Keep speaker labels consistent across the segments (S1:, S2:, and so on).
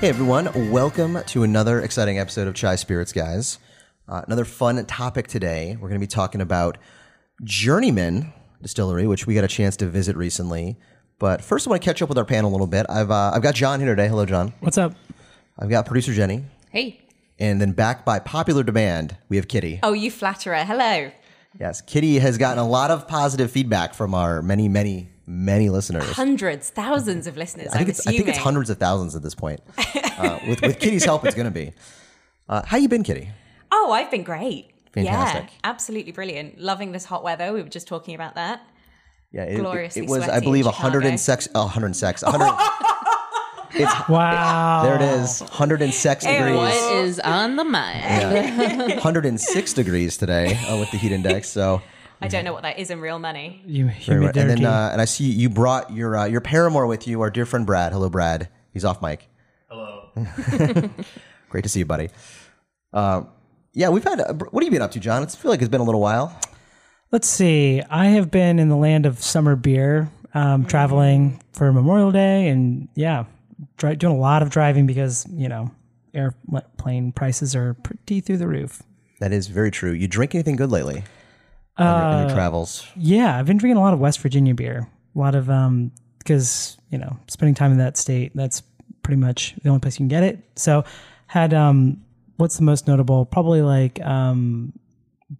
S1: Hey everyone, welcome to another exciting episode of Chai Spirits, guys. Uh, another fun topic today. We're going to be talking about Journeyman Distillery, which we got a chance to visit recently. But first, I want to catch up with our panel a little bit. I've uh, I've got John here today. Hello, John.
S2: What's up?
S1: I've got producer Jenny,
S3: Hey.
S1: and then back by popular demand, we have Kitty.
S3: Oh, you flatterer. Hello.
S1: Yes, Kitty has gotten a lot of positive feedback from our many, many, many listeners.
S3: Hundreds, thousands of listeners,
S1: I think,
S3: I'm
S1: it's, I
S3: assuming.
S1: think it's hundreds of thousands at this point. Uh, with, with Kitty's help, it's going to be. Uh, how you been, Kitty?
S3: Oh, I've been great.
S1: Fantastic.
S3: Yeah, absolutely brilliant. Loving this hot weather. We were just talking about that.
S1: Yeah, it, it,
S3: Gloriously
S1: it was, I
S3: sweaty in
S1: believe, a hundred and
S3: Chicago.
S1: six, a hundred and six, a hundred.
S2: Wow.
S1: there it is, hundred and six degrees,
S4: What is on the mind?
S1: hundred and six degrees today uh, with the heat index. So,
S3: I don't know what that is in real money.
S2: You
S1: very right.
S2: humid
S1: and then,
S2: dirty.
S1: uh, and I see you brought your uh, your paramour with you, our dear friend Brad. Hello, Brad. He's off mic. Hello. Great to see you, buddy. Uh, yeah, we've had. Uh, what have you been up to, John? It's I feel like it's been a little while.
S2: Let's see. I have been in the land of summer beer, um, traveling for Memorial Day, and yeah, dri- doing a lot of driving because you know airplane prices are pretty through the roof.
S1: That is very true. You drink anything good lately? on, your, on your travels.
S2: Yeah, I've been drinking a lot of West Virginia beer. A lot of um, because you know spending time in that state, that's pretty much the only place you can get it. So had um, what's the most notable? Probably like um,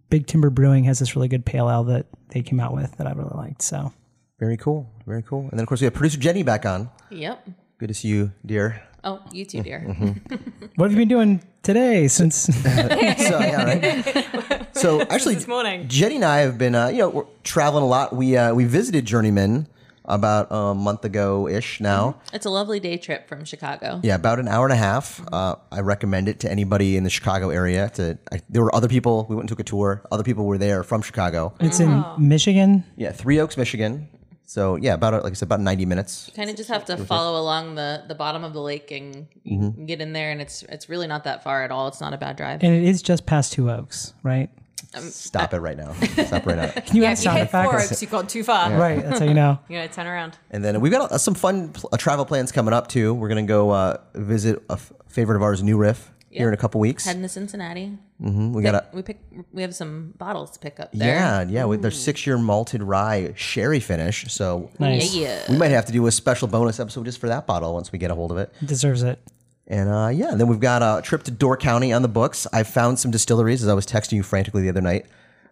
S2: Big Timber Brewing has this really good pale ale that they came out with that I really liked. So
S1: Very cool. Very cool. And then, of course, we have producer Jenny back on.
S4: Yep.
S1: Good to see you, dear.
S4: Oh, you too, dear.
S1: Mm-hmm.
S2: what have you been doing today since?
S1: So yeah, right. So actually,
S3: This morning.
S1: Jenny and I have been, uh, you know, we're traveling a lot. We uh, we visited Journeyman about a month ago ish now.
S4: It's a lovely day trip from Chicago.
S1: Yeah, about an hour and a half. Uh, I recommend it to anybody in the Chicago area. To I, there were other people. We went and took a tour. Other people were there from Chicago.
S2: it's in
S4: Oh.
S2: Michigan.
S1: Yeah, Three Oaks, Michigan. So yeah, about like I said, about ninety minutes.
S4: Kind of just have
S1: Mm-hmm.
S4: to follow along the, the bottom of the lake and you can get in there, and it's it's really not that far at all. It's not a bad drive.
S2: And it is just past Two Oaks, right?
S3: Um,
S1: Stop it right now. Stop right now.
S2: Can you add
S3: If you
S2: sound
S3: hit Four
S2: effects?
S3: Oaks, you've gone too far.
S2: Right, that's how you know.
S3: You gotta turn around.
S1: And then we've got uh, some fun pl- uh, travel plans coming up too. We're gonna go uh, visit a f- favorite of ours, New Riff, here in a couple weeks. Mm,
S4: Heading to Cincinnati.
S1: we got a
S4: We pick. We have some bottles to pick up there.
S1: yeah, yeah. With their six-year malted rye sherry finish, so
S2: Nice,
S4: Yeah.
S1: we might have to do a special bonus episode just for that bottle once we get a hold of it.
S2: deserves it.
S1: And uh, yeah, then we've got a trip to Door County on the books. I found some distilleries as I was texting you frantically the other night.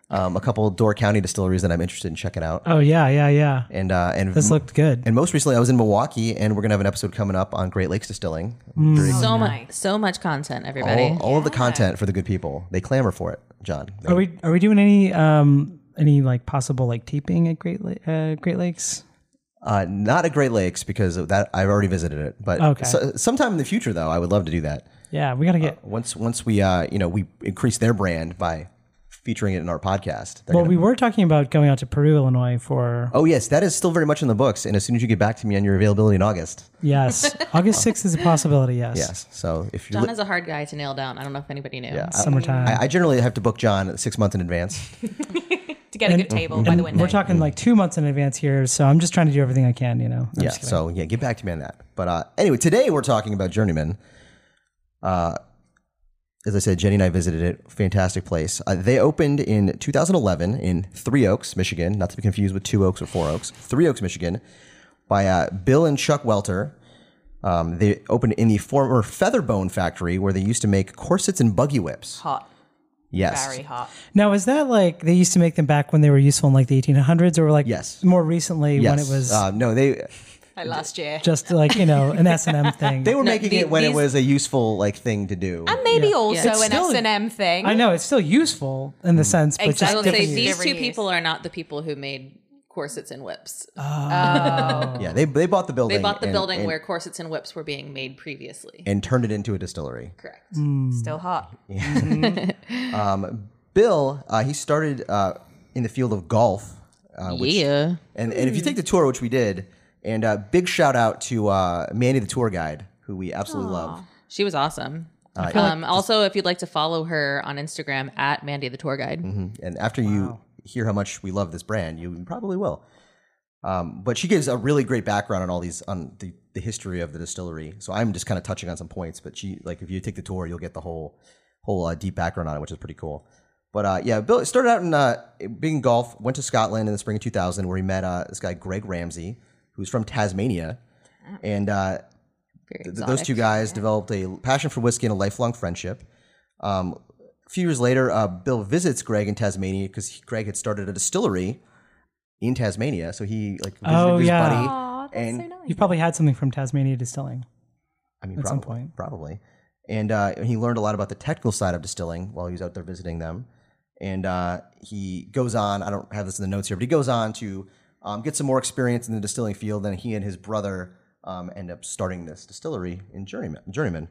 S1: Um, a couple of Door County distilleries that I'm interested in checking out.
S2: Oh yeah, yeah, yeah.
S1: And uh, and
S2: This looked good.
S1: and most recently, I was in Milwaukee, and we're gonna have an episode coming up on Great Lakes Distilling.
S4: So much. So much content, everybody.
S1: All, all of the content for the good people. They clamor for it, John.
S2: Are we are we doing any um any like possible like taping at Great La- uh, Great Lakes?
S1: Uh, not at Great Lakes because of that I've already visited it. But
S2: Okay.
S1: so- sometime in the future, though, I would love to do that.
S2: Yeah, we gotta get.
S1: Once once we uh, you know we increase their brand by featuring it in our podcast. They're
S2: well,
S1: gonna-
S2: we were talking about going out to Peru, Illinois for
S1: oh yes, that is still very much in the books. And as soon as you get back to me on your availability in August,
S2: yes, August sixth is a possibility. Yes,
S1: yes. So if you
S4: John
S1: li-
S4: is a hard guy to nail down. I don't know if anybody knew. Yeah.
S2: summertime.
S1: I, I generally have to book John six months in advance.
S3: To get a good table by the window.
S2: we're talking like two months in advance here, so I'm just trying to do everything I can. You know. I'm
S1: yeah.
S2: just kidding.
S1: So yeah, get back to me on that. But uh, anyway, today we're talking about Journeyman. Uh, as I said, Jenny and I visited it. Fantastic place. Uh, they opened in 2011 in Three Oaks, Michigan. Not to be confused with Two Oaks or Four Oaks. Three Oaks, Michigan, by uh, Bill and Chuck Welter. Um, they opened in the former Featherbone factory where they used to make corsets and buggy whips.
S3: hot.
S1: Yes.
S3: Very hot.
S2: now is that like they used to make them back when they were useful in like the 1800s, or like
S1: Yes.
S2: more recently
S1: Yes.
S2: when it was
S1: uh, no, they
S3: Like last year.
S2: just like you know an S and M thing.
S1: they were making
S4: the-
S1: it when it
S4: these-
S1: was a useful like thing to do.
S3: and maybe also
S4: It's
S3: an
S2: still-
S3: S&M thing.
S2: I know it's still useful in
S1: Mm.
S2: the sense, but
S4: I
S2: just
S4: will say
S2: different.
S4: these
S3: Different
S4: two
S3: use.
S4: people are not the people who made corsets and whips.
S1: Yeah, they they bought the building.
S4: They bought the
S1: and-
S4: building
S1: and-
S4: where corsets and whips were being made previously.
S1: and Mm. turned it into a distillery.
S4: Correct.
S3: Still hot.
S2: Mm.
S1: Bill, uh, he started uh, in the field of golf. Uh, which,
S4: yeah.
S1: And, and if you take the tour, which we did, and uh, big shout out to uh, Manny, the tour guide, who we absolutely love.
S4: She was awesome. um, also, if you'd like to follow her on Instagram at
S1: Mm-hmm.
S4: Mandy the Tour Guide,
S1: And after you hear how much we love this brand, you probably will. Um, but she gives a really great background on all these on the, the history of the distillery. So I'm just kind of touching on some points, but she like if you take the tour, you'll get the whole whole uh, deep background on it, which is pretty cool. But uh, yeah, Bill it started out in uh, being in golf, went to Scotland in the spring of 2000, where he met uh, this guy Greg Ramsey, who's from Tasmania, and uh,
S4: Very
S1: th- those two guys developed a passion for whiskey and a lifelong friendship. Um, a few years later, uh, Bill visits Greg in Tasmania because Greg had started a distillery in Tasmania. So he like visited
S2: Oh,
S1: his
S2: yeah.
S1: buddy.
S3: Aw, that's
S1: and
S3: so nice.
S2: You've probably had something from Tasmania Distilling.
S1: I mean,
S2: at
S1: probably,
S2: some point.
S1: probably. And uh, he learned a lot about the technical side of distilling while he was out there visiting them. And uh, he goes on. I don't have this in the notes here, but he goes on to um, get some more experience in the distilling field. Then he and his brother um, end up starting this distillery in Journeyman. Journeyman.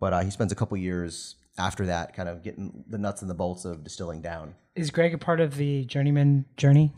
S1: But uh, he spends a couple years after that, kind of getting the nuts and the bolts of distilling down.
S2: Is Greg a part of the Journeyman journey?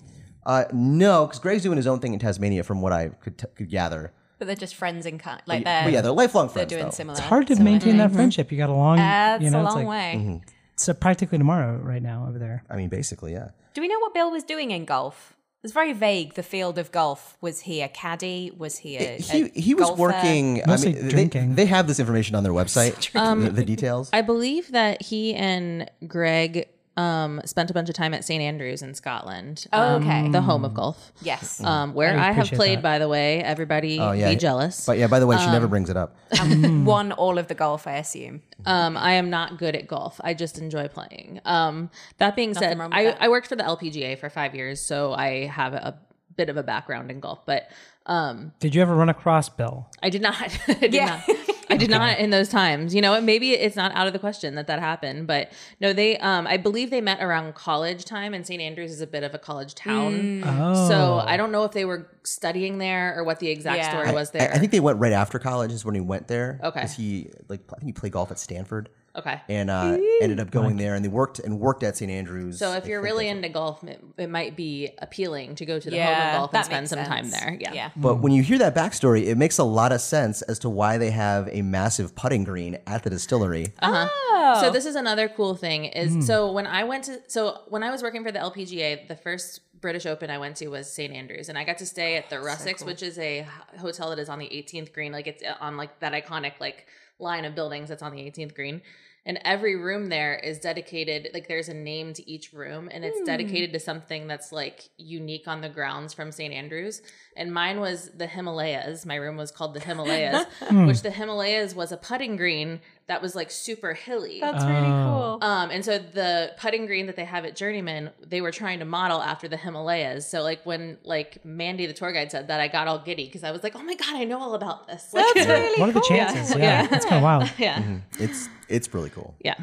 S1: Uh, no, because Greg's doing his own thing in Tasmania, from what I could, t- could gather.
S3: But they're just friends in kind.
S1: But
S3: Like they're,
S1: yeah,
S3: they're,
S1: they're lifelong friends.
S3: doing
S1: though.
S3: similar.
S2: It's hard to maintain that friendship. You got a long,
S3: That's
S2: you know,
S3: a
S2: it's
S3: long
S2: like
S3: way.
S2: it's uh, practically tomorrow right now over there.
S1: I mean, basically, yeah.
S3: Do we know what Bill was doing in golf? It's very vague. The field of golf was he a caddy? Was he a,
S1: he
S3: a
S1: he was
S3: golfer?
S1: working. I
S2: Mostly
S1: mean, they-
S2: drinking.
S1: They, have this information on their website. the, the details.
S4: I believe that he and Greg um, spent a bunch of time at St Andrews in Scotland.
S3: Oh,
S4: um,
S3: okay.
S4: the home of golf.
S3: Yes.
S4: Um, where
S2: I
S4: I, have
S2: appreciate
S4: played,
S2: that.
S4: by the way, everybody
S1: Mm. Oh, yeah.
S4: be jealous.
S1: but yeah, by the way, she never brings it up.
S3: Um, won all of the golf, I assume.
S4: Um, I am not good at golf. I just enjoy playing. Um, that being said,
S3: wrong with
S4: I,
S3: that.
S4: I worked for the LPGA for five years, so I have a bit of a background in golf, but um,
S2: Did you ever run across Bill?
S4: I did not. I did
S3: Yeah.
S4: not. I did not in those times. You know, and maybe it's not out of the question that that happened, but no, they. Um, I believe they met around college time, and St. Andrews is a bit of a college town.
S3: Mm.
S2: Oh,
S4: So I don't know if they were studying there or what the exact
S3: Yeah.
S4: story
S3: I-
S4: was
S1: I,
S4: there.
S1: I think they went right after college is when he went there.
S4: Okay.
S1: 'cause he like I think he played golf at Stanford
S4: okay.
S1: and uh, ended up going there and they worked and worked at St Andrews.
S4: So if
S1: I
S4: you're
S1: think
S4: really
S1: that's-
S4: into golf, it, it might be appealing to go to the home
S3: Yeah,
S4: of golf
S3: that
S4: and spend
S3: makes
S4: some time
S3: sense.
S4: there. Yeah.
S3: Yeah.
S1: but when you hear that backstory, it makes a lot of sense as to why they have a massive putting green at the distillery.
S4: Uh-huh.
S3: Oh.
S4: So this is another cool thing is so when I went to so when I was working for the LPGA, the first British Open I went to was St Andrews, and I got to stay at the Russix, which is a h- hotel that is on the 18th green, like it's uh, on like that iconic like line of buildings that's on the 18th green. And every room there is dedicated, like there's a name to each room, and it's dedicated to something that's like unique on the grounds from St. Andrews. And mine was the Himalayas. My room was called the Himalayas, which the Himalayas was a putting green that was like super hilly.
S3: That's really
S1: Oh.
S3: cool.
S4: Um, and so the putting green that they have at Journeyman, they were trying to model after the Himalayas. So like when like Mandy, the tour guide, said that, I got all giddy because I was like, oh my god, I know all about this. Like,
S3: That's really
S2: what are the
S3: cool.
S2: chances? Yeah, it's kind of wild.
S4: yeah,
S1: Mm-hmm. It's it's really cool.
S4: yeah.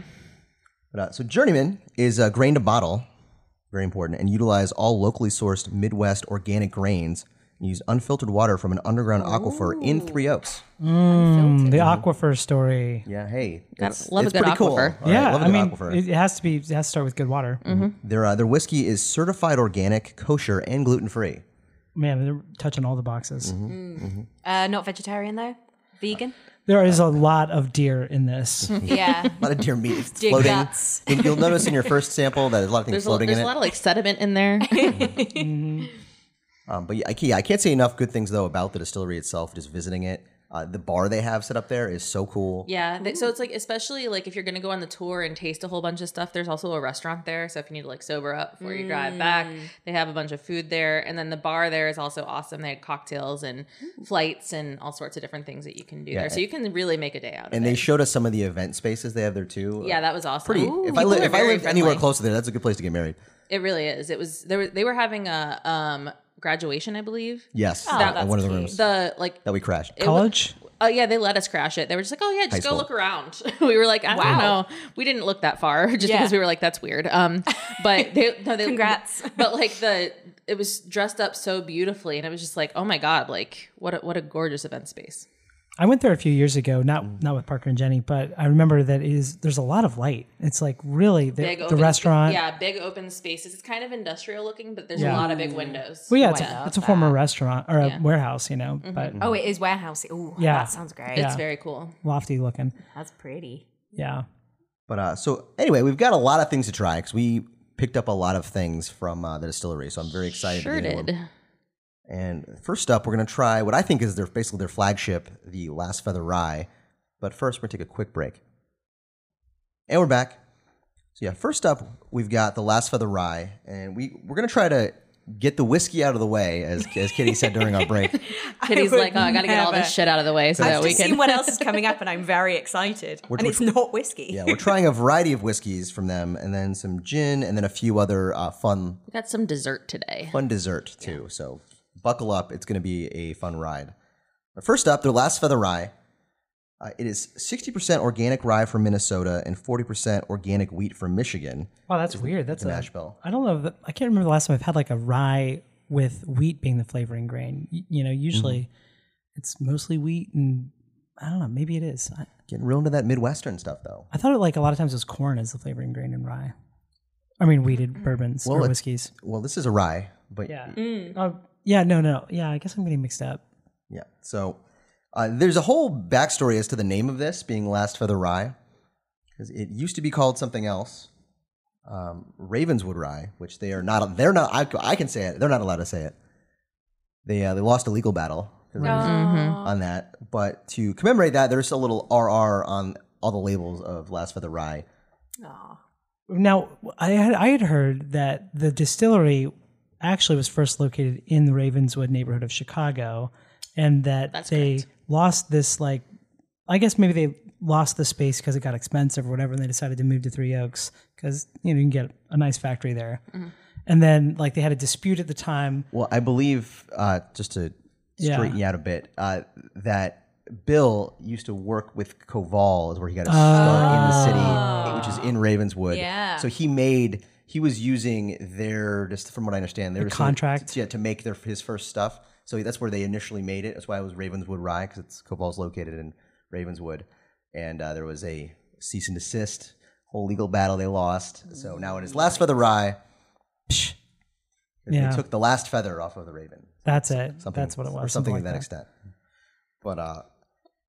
S1: But, uh, so Journeyman is uh, grain to bottle, very important, and utilize all locally sourced Midwest organic grains and use unfiltered water from an underground aquifer in Three Oaks.
S2: Mm, the aquifer story.
S1: Yeah, hey, it's,
S4: love a
S1: it's
S4: good
S1: pretty cool.
S4: aquifer. Mm-hmm.
S1: All right,
S2: yeah,
S1: love a
S2: I
S1: good
S2: mean,
S1: aquifer.
S2: it it has to be. It has to start with good water.
S1: their uh, their whiskey is certified organic, kosher, and gluten free.
S2: Man, they're touching all the boxes.
S1: Mm-hmm.
S3: Uh, not vegetarian though. Vegan.
S2: There is a lot of deer in this.
S3: Yeah.
S1: A lot of deer meat it's
S3: Deer
S1: floating.
S3: guts.
S1: And You'll notice in your first sample that there's a lot of things
S4: There's a,
S1: floating
S4: there's
S1: in
S4: a
S1: it.
S4: lot of like sediment in there.
S1: Um, but yeah, I, yeah, I can't say enough good things though about the distillery itself. Just visiting it, uh, the bar they have set up there is so cool.
S4: yeah. Th- so it's like especially like if you're gonna go on the tour and taste a whole bunch of stuff, there's also a restaurant there. So if you need to like sober up before you drive back, they have a bunch of food there. And then the bar there is also awesome. They had cocktails and flights and all sorts of different things that you can do there. So you can really make a day out of
S1: And
S4: it.
S1: they showed us some of the event spaces they have there too.
S4: Yeah, that was awesome.
S1: pretty. if I
S4: People
S1: live,
S4: are
S1: if I
S4: very
S1: lived anywhere
S4: friendly.
S1: close to there, that's a good place to get married.
S4: it really is. It was there. Were, they were having a um graduation, I believe.
S1: Yes,
S3: Oh,
S1: that,
S3: that's
S1: one of the
S3: cute.
S1: rooms
S4: The like,
S1: that we crashed.
S2: College.
S4: oh yeah, they let us crash it. They were just like, oh yeah, just go
S1: school.
S4: look around. we were like, I don't
S3: Wow.
S4: know. We didn't look that far just
S3: Yeah.
S4: because we were like, that's weird. Um, but they no, they
S3: Congrats.
S4: But like the it was dressed up so beautifully, and it was just like, oh my god, like what a, what a gorgeous event space.
S2: I went there a few years ago,
S1: Mm.
S2: not not with Parker and Jenny, but I remember that is there's a lot of light. It's like really the,
S4: Big
S2: the
S4: open-
S2: restaurant.
S4: yeah, big open spaces. It's kind of industrial looking, but there's
S2: Yeah.
S4: a lot of big windows.
S2: Well, yeah, it's,
S4: Wow.
S2: a, it's a former restaurant or a warehouse, you know, but
S3: Oh, it is warehouse. Ooh,
S2: Yeah.
S3: that sounds great.
S4: it's very cool.
S2: lofty looking.
S3: That's pretty.
S2: Yeah.
S1: But uh, so anyway, we've got a lot of things to try because we picked up a lot of things from uh, the distillery. So I'm very excited.
S4: Sure
S1: to get into
S4: did.
S1: them. And first up, we're going to try what I think is their basically their flagship, the Last Feather Rye. But first, we're going to take a quick break. And we're back. So yeah, first up, we've got the Last Feather Rye, and we we're going to try to get the whiskey out of the way, as as Kitty said during our break.
S4: Kitty's
S3: would
S4: like, oh, I gotta get all
S3: never.
S4: this shit out of the way so
S3: I've
S4: that we
S3: just
S4: can.
S3: seen what else is coming up, and I'm very excited.
S1: Which-
S3: and it's not whiskey.
S1: Yeah, we're trying a variety of whiskeys from them, and then some gin, and then a few other uh, fun
S4: we got some dessert today.
S1: fun dessert too. So buckle up; it's going to be a fun ride. But first up, their last feather rye. Uh, it is 60% organic rye from Minnesota and 40% organic wheat from Michigan.
S2: Wow, that's weird. That's
S1: It's an
S2: a,
S1: ash bill.
S2: I don't know. That, I can't remember the last time I've had like a rye with wheat being the flavoring grain. Y- you know, usually it's mostly wheat, and I don't know. Maybe it is. I,
S1: Getting real into that Midwestern stuff though.
S2: I thought it like a lot of times it was corn as the flavoring grain in rye. I mean, wheated bourbons
S1: Well,
S2: or
S1: it-
S2: whiskeys.
S1: Well, this is a rye, but yeah.
S3: Mm.
S2: Oh, yeah. No, no. Yeah, I guess I'm getting mixed up.
S1: Yeah. So uh, there's a whole backstory as to the name of this being Last Feather Rye, because it used to be called something else, um, Ravenswood Rye, which they are not. They're not. I, I can say it. They're not allowed to say it. They uh, they lost a legal battle 'cause
S3: Oh.
S1: on that. But to commemorate that, there's a little RR on all the labels of Last Feather Rye. Mm-hmm.
S3: Aw.
S2: Now, I had, I had heard that the distillery actually was first located in the Ravenswood neighborhood of Chicago, and that
S4: That's
S2: they lost this like, I guess maybe they lost the space because it got expensive or whatever, and they decided to move to Three Oaks because you know you can get a nice factory there. And then like they had a dispute at the time.
S1: Well, I believe uh, just to
S2: Yeah.
S1: straighten you out a bit uh, that Bill used to work with Koval, is where he got his start in
S2: Ah.
S1: the city, which is in Ravenswood.
S3: Yeah.
S1: So he made he was using their just from what I understand their
S2: contract.
S1: yeah, to make their his first stuff. So that's where they initially made it. That's why it was Ravenswood Rye because it's Koval's located in Ravenswood, and uh, there was a cease and desist whole legal battle they lost. So now it is Last Feather Rye. Psh,
S2: Yeah.
S1: They took the last feather off of the raven
S2: That's it.
S1: something
S2: That's what it was.
S1: or something, to that,
S2: like
S1: extent but uh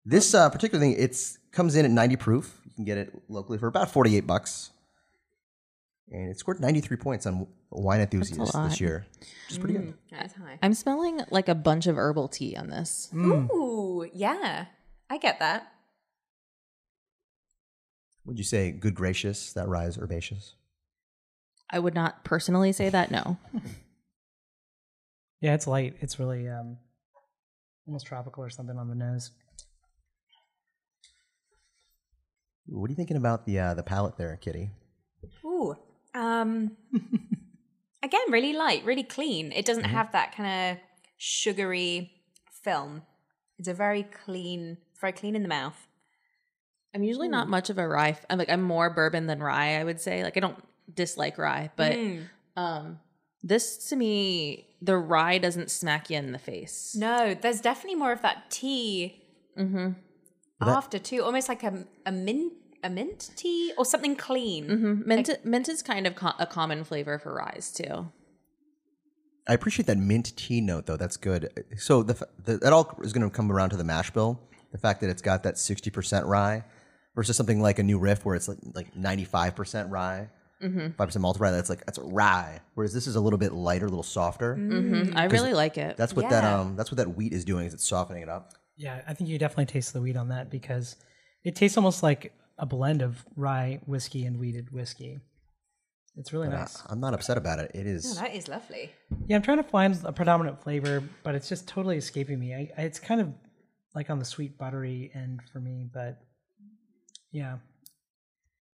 S1: this uh particular thing it's comes in at 90 proof you can get it locally for about 48 bucks and it scored 93 points on wine enthusiast
S4: lot.
S1: this year which is pretty good
S3: That's high.
S4: I'm smelling like a bunch of herbal tea on this.
S3: Ooh, yeah. I get that.
S1: would you say good gracious that rise herbaceous
S4: I would not personally say that. No,
S2: Yeah, it's light. It's really um, almost tropical or something on the nose.
S1: what are you thinking about the uh, the palette there kitty
S3: Ooh. Um again, really light, really clean. It doesn't have that kind of sugary film. It's a very clean, it's very clean in the mouth.
S4: I'm usually not much of a rye. F- I'm like I'm more bourbon than rye. I would say like I don't dislike rye, but
S3: Hmm.
S4: um, this to me, the rye doesn't smack you in the face.
S3: No, there's definitely more of that tea Mm-hmm. after too, almost like a a mint a mint tea or something clean.
S4: Mhm. Mint, mint is kind of co- a common flavor for ryes too.
S1: I appreciate that mint tea note though. That's good. So the, f- the that all is going to come around to the mash bill. The fact that it's got that sixty percent rye versus something like a new riff where it's like like ninety five percent rye, five percent malt rye. That's like that's rye. Whereas this is a little bit lighter, a little softer.
S3: Hmm.
S4: Mhm. I really like it.
S1: That's what that
S3: Yeah.
S1: um that's what that wheat is doing is it's softening it up.
S2: Yeah, I think you definitely taste the wheat on that because it tastes almost like a blend of rye whiskey and wheated whiskey. It's really nice.
S1: I, am not upset about it. It is.
S3: Oh, that is lovely.
S2: Yeah, I'm trying to find a predominant flavor, but it's just totally escaping me. I, I, it's kind of like on the sweet buttery end for me, but yeah,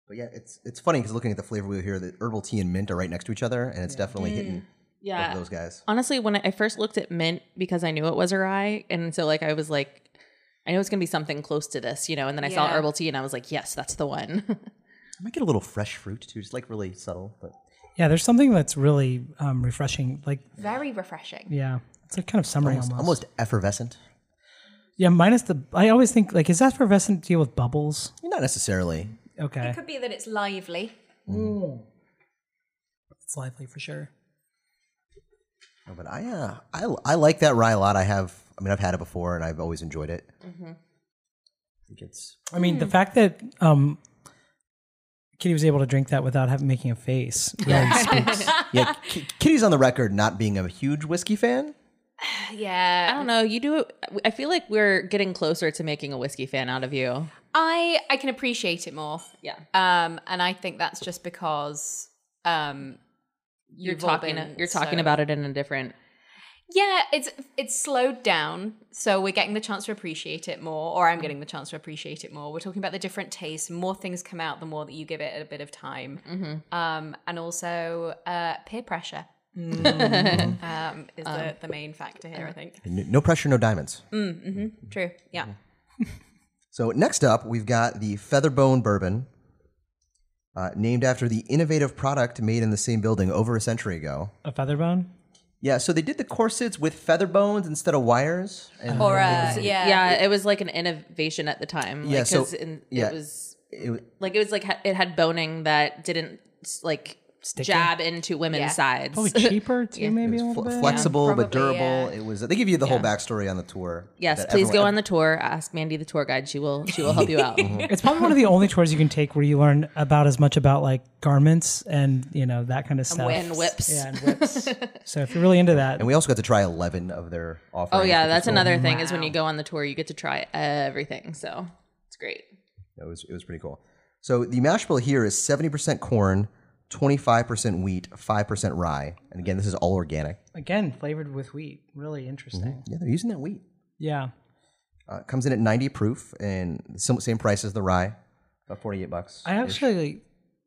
S1: but yeah, it's it's funny because looking at the flavor wheel here, the herbal tea and mint are right next to each other, and it's definitely hitting both
S4: yeah.
S1: of those guys.
S4: Honestly, when I first looked at mint because I knew it was a rye, and so like I was like, I know it's gonna be something close to this, you know. And then I saw
S3: Yeah.
S4: herbal tea, and I was like, yes, that's the one.
S1: I might get a little fresh fruit too, just like really subtle, but.
S2: yeah. There's something that's really um, refreshing. Like,
S3: Very refreshing.
S2: yeah, it's like kind of summery
S1: Almost,
S2: almost.
S1: almost effervescent.
S2: Yeah, minus the. I always think like, is effervescent deal with bubbles?
S1: Not necessarily.
S2: Okay,
S3: It could be that it's lively.
S1: Mm.
S2: it's lively for sure.
S1: No, but I, uh, I, I like that rye a lot. I have, I mean, I've had it before and I've always enjoyed it. I
S4: Mm-hmm.
S1: think it's
S2: I mean, the fact that um, Kitty was able to drink that without having making a face. really speaks.
S1: yeah. K- Kitty's on the record not being a huge whiskey fan.
S3: yeah.
S4: I don't know. You do. I feel like we're getting closer to making a whiskey fan out of you.
S3: I I can appreciate it more.
S4: Yeah.
S3: Um, and I think that's just because um,
S4: You're
S3: You've all
S4: talking.
S3: been
S4: you're talking
S3: so-
S4: about it in a different.
S3: yeah, it's it's slowed down, so we're getting the chance to appreciate it more, or I'm getting the chance to appreciate it more. We're talking about the different tastes. More things come out the more that you give it a bit of time, um, and also uh, peer pressure um, is the, the main factor here. I think
S1: N- No pressure, no diamonds.
S4: Mm.
S3: true. Yeah,
S1: So next up, we've got the Featherbone Bourbon, uh, named after the innovative product made in the same building over a century ago.
S2: A featherbone?
S1: Yeah, so they did the corsets with feather bones instead of wires. And
S3: or uh,
S4: Oh, Yeah.
S3: yeah,
S4: it was like an innovation at the time.
S1: Yeah,
S4: Like,
S1: so-
S4: 'cause in,
S1: yeah.
S4: It was
S1: it wa-
S4: like it was like ha- it had boning that didn't like
S2: Sticky.
S4: jab into women's
S3: Yeah.
S4: sides.
S2: Probably cheaper too, maybe a
S1: fl-
S2: little bit.
S1: flexible
S3: Yeah,
S1: but
S3: probably,
S1: durable.
S3: yeah.
S1: It was. They give you the whole backstory on the tour.
S4: yes,
S1: that
S4: please go
S1: everyone- Mm-hmm.
S4: on the tour. Ask Mandy, the tour guide. She will. She will help you out.
S2: It's probably one of the only tours you can take where you learn about as much about like garments and you know that kind of stuff.
S4: whips. And whips.
S2: Yeah, and whips. so if you're really into that,
S1: And we also got to try eleven of their offerings.
S4: Oh yeah,
S1: which
S4: that's
S1: was
S4: another thing is when you go on the tour, you get to try everything. So it's great.
S1: It was it was pretty cool. So the mash bill here is seventy percent corn, twenty five percent wheat, five percent rye, and again this is all organic.
S2: again flavored with wheat, really interesting.
S1: Yeah, they're using that wheat.
S2: Yeah,
S1: Uh, it comes in at ninety proof and some, same price as the rye, about forty eight bucks.
S2: I actually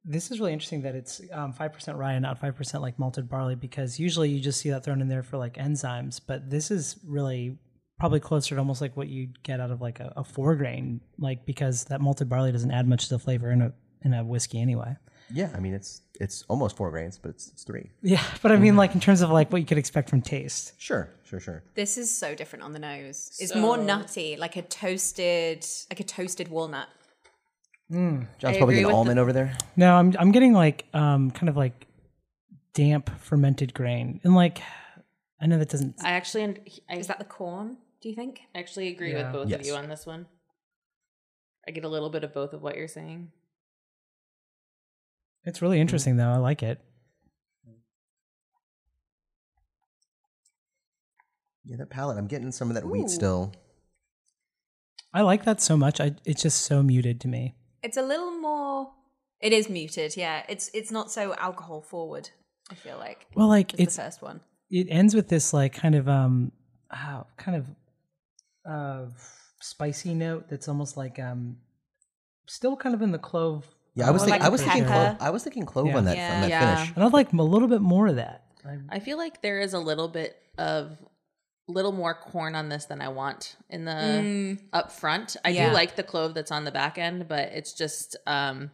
S2: this is really interesting that it's um, five percent rye and not five percent like malted barley because usually you just see that thrown in there for like enzymes, but this is really probably closer to almost like what you'd get out of like a, a four grain, like because that malted barley doesn't add much to the flavor in a in a whiskey anyway.
S1: yeah, I mean it's it's almost four grains, but it's, it's three.
S2: Yeah, but I mean, like in terms of like what you could expect from taste.
S1: Sure, sure, sure.
S3: this is so different on the nose. It's more nutty, like a toasted, like a toasted walnut.
S1: John's probably
S4: agree
S1: getting
S4: with
S1: almond over there.
S2: No, I'm I'm getting like um kind of like damp fermented grain, and like I know that doesn't.
S4: I actually, I
S3: Is that the corn? Do you think?
S4: actually agree
S2: Yeah.
S4: with both
S1: Yes.
S4: of you on this one. I get a little bit of both of what you're saying.
S2: It's really interesting though. I like it.
S1: Yeah, that palate. I'm getting some of that wheat still.
S2: I like that so much. I it's just so muted to me.
S3: It's a little more. It is muted. Yeah, it's it's not so alcohol forward. I feel like.
S2: Well, like
S3: as
S2: it's
S3: the first one.
S2: it ends with this like kind of um oh, kind of uh spicy note that's almost like um still kind of in the clove.
S1: Yeah, I was
S2: Oh,
S1: thinking,
S3: like
S1: I was thinking
S3: pepper.
S1: clove. I was thinking clove
S2: Yeah.
S1: on that on that
S4: Yeah.
S1: finish.
S2: and I'd like a little bit more of that. I,
S4: I feel like there is a little bit of little more corn on this than I want in the up front. I
S3: Mm. Yeah.
S4: do like the clove that's on the back end, but it's just um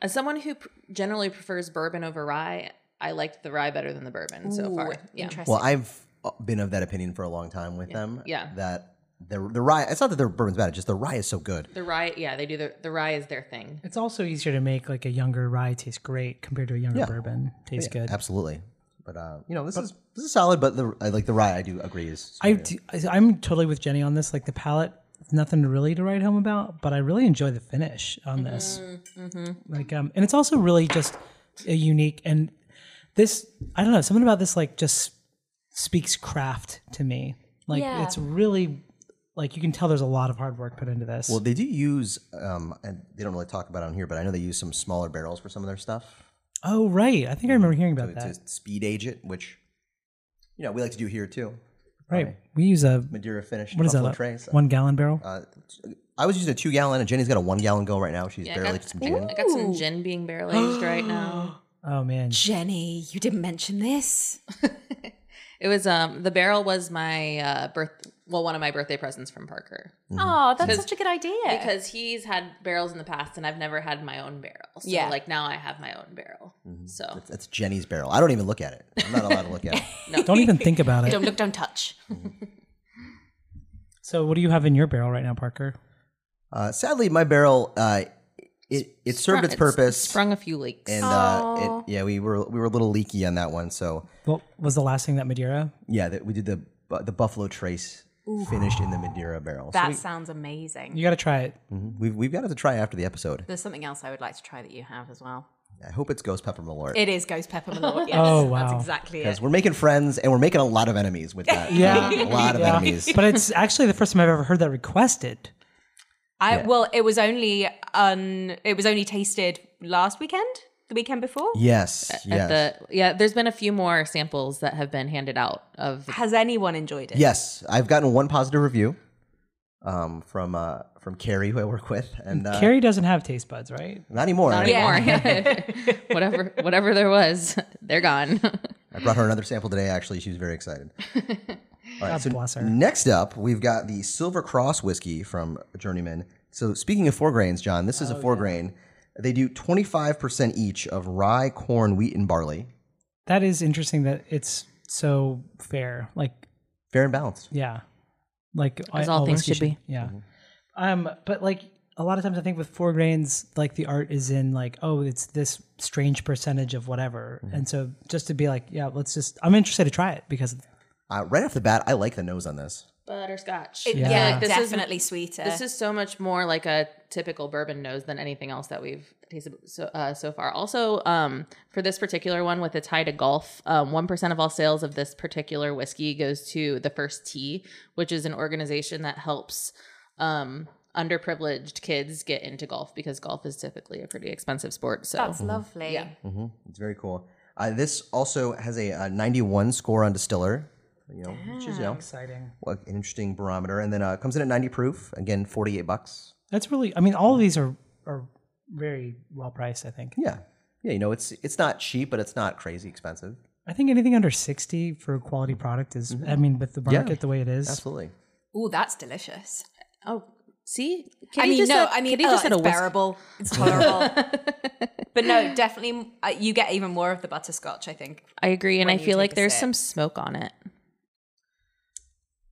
S4: as someone who pr- generally prefers bourbon over rye, I liked the rye better than the bourbon so
S3: Ooh,
S4: far. Yeah.
S3: Interesting.
S1: Well, I've uh, been of that opinion for a long time with them.
S4: Yeah.
S1: That the the rye. It's not that their bourbon's bad. It's just the rye is so good.
S4: The rye, yeah, they do the the rye is their thing.
S2: it's also easier to make like a younger rye taste great compared to a younger bourbon taste good.
S1: Absolutely. But uh, you know, this is this is solid. But the I like the rye, I do agree is.
S2: I do, I- I'm totally with Jenny on this. Like the palette, it's nothing really to write home about, but I really enjoy the finish
S1: Mm-hmm,
S2: on this. Like, um, and it's also really just a unique and this. I don't know. Something about this like just speaks craft to me. Like
S3: Yeah.
S2: it's really like you can tell there's a lot of hard work put into this.
S1: well, they do use um, and they don't really talk about it on here, but I know they use some smaller barrels for some of their stuff
S2: oh right, I think I remember hearing about
S1: to
S2: that.
S1: speed age it, which you know we like to do here too.
S2: Right, we use a
S1: Madeira finish.
S2: what is that?
S1: buffalo Uh,
S2: like,
S1: Trace.
S2: One gallon barrel.
S1: I was using a two gallon, and Jenny's got a one gallon go right now. She's
S4: Yeah, I
S1: barely
S4: got-
S1: aged some gin.
S4: I got some gin being barrel aged right now.
S2: oh man,
S3: Jenny, you didn't mention this.
S4: It was um the barrel was my uh birth well one of my birthday presents from Parker
S3: Oh, that's such a good idea.
S4: because he's had barrels in the past and I've never had my own barrel. So
S3: Yeah.
S4: like now I have my own barrel. So
S1: Mm-hmm. That's Jenny's barrel. I don't even look at it. I'm not allowed to look at it.
S2: don't even think about it.
S3: don't look, don't touch.
S2: So, what do you have in your barrel right now, Parker?
S1: Uh, sadly, my barrel uh, it it served its purpose,
S4: sprung a few leaks.
S1: and uh, it, yeah, we were we were a little leaky on that one. So
S2: What was the last thing that Madeira?
S1: yeah, that we did the bu- the Buffalo Trace finished in the Madeira barrel.
S3: That sounds amazing.
S2: You got to try it.
S1: So we've we've got to try after the episode.
S3: There's something else I would like to try that you have as well.
S1: I hope it's Ghost Pepper Malort.
S3: It is Ghost Pepper Malort. Yes.
S2: Oh,
S3: That's
S2: wow.
S3: exactly
S1: Because
S3: it.
S1: we're making friends and we're making a lot of enemies with that.
S2: Yeah.
S1: A lot of
S2: Yeah.
S1: enemies.
S2: But it's actually the first time I've ever heard that requested.
S3: I well, it was only un, it was only tasted last weekend, the weekend before.
S1: Yes. Yes.
S4: At the yeah, there's been a few more samples that have been handed out of
S3: Has anyone enjoyed it?
S1: yes. I've gotten one positive review um, from uh, from Carrie, who I work with. And uh,
S2: Carrie doesn't have taste buds, right?
S1: Not anymore.
S4: Not
S3: Yeah.
S4: anymore. whatever whatever there was, they're gone.
S1: I brought her another sample today, actually. She was very excited. All right, so
S2: bless her.
S1: next up, we've got the Silver Cross whiskey from Journeyman. So, speaking of four grains, John, this
S2: Oh,
S1: is a four grain. They do 25% each of rye, corn, wheat, and barley.
S2: That is interesting that it's so fair. Like,
S1: Fair and balanced.
S2: yeah. Like,
S4: As
S2: I-
S4: all
S2: oh,
S4: things
S2: whiskey
S4: should be.
S2: Yeah. Um, but like, a lot of times I think with four grains, like the art is in like, oh, it's this strange percentage of whatever. And so just to be like, yeah, let's just, I'm interested to try it because
S1: Uh, right off the bat, I like the nose on this.
S4: Butterscotch.
S3: It-
S2: Yeah.
S3: yeah,
S2: Like,
S4: this is-
S3: definitely sweeter.
S4: This is so much more like a typical bourbon nose than anything else that we've tasted so, uh, so far. Also, um, for this particular one with the tie to golf, um, 1% of all sales of this particular whiskey goes to the First Tee, which is an organization that helps um, underprivileged kids get into golf because golf is typically a pretty expensive sport. So
S3: That's lovely.
S4: Yeah.
S1: hmm It's very cool. Uh, this also has a, uh 91 score on distiller, you know, which is, you know,
S2: exciting.
S1: an interesting barometer. And then uh, comes in at 90 proof. Again, 48 bucks.
S2: That's really, I mean, all of these are, are very well priced, I think.
S1: Yeah. Yeah, you know, it's it's not cheap, but it's not crazy expensive.
S2: I think anything under 60 for a quality product is, I mean, with the market the way it is.
S1: Absolutely.
S3: Oh, that's delicious.
S4: Oh, see,
S3: I
S4: Kitty
S3: mean,
S4: just
S3: no,
S4: had-
S3: I mean,
S4: Kitty
S3: oh,
S4: just had
S3: it's
S4: a whisk-
S3: bearable. It's tolerable. but no, definitely, uh, you get even more of the butterscotch, I think.
S4: I agree, and
S3: when
S4: I
S3: you
S4: feel
S3: take
S4: like
S3: a
S4: there's
S3: sip.
S4: some smoke on it.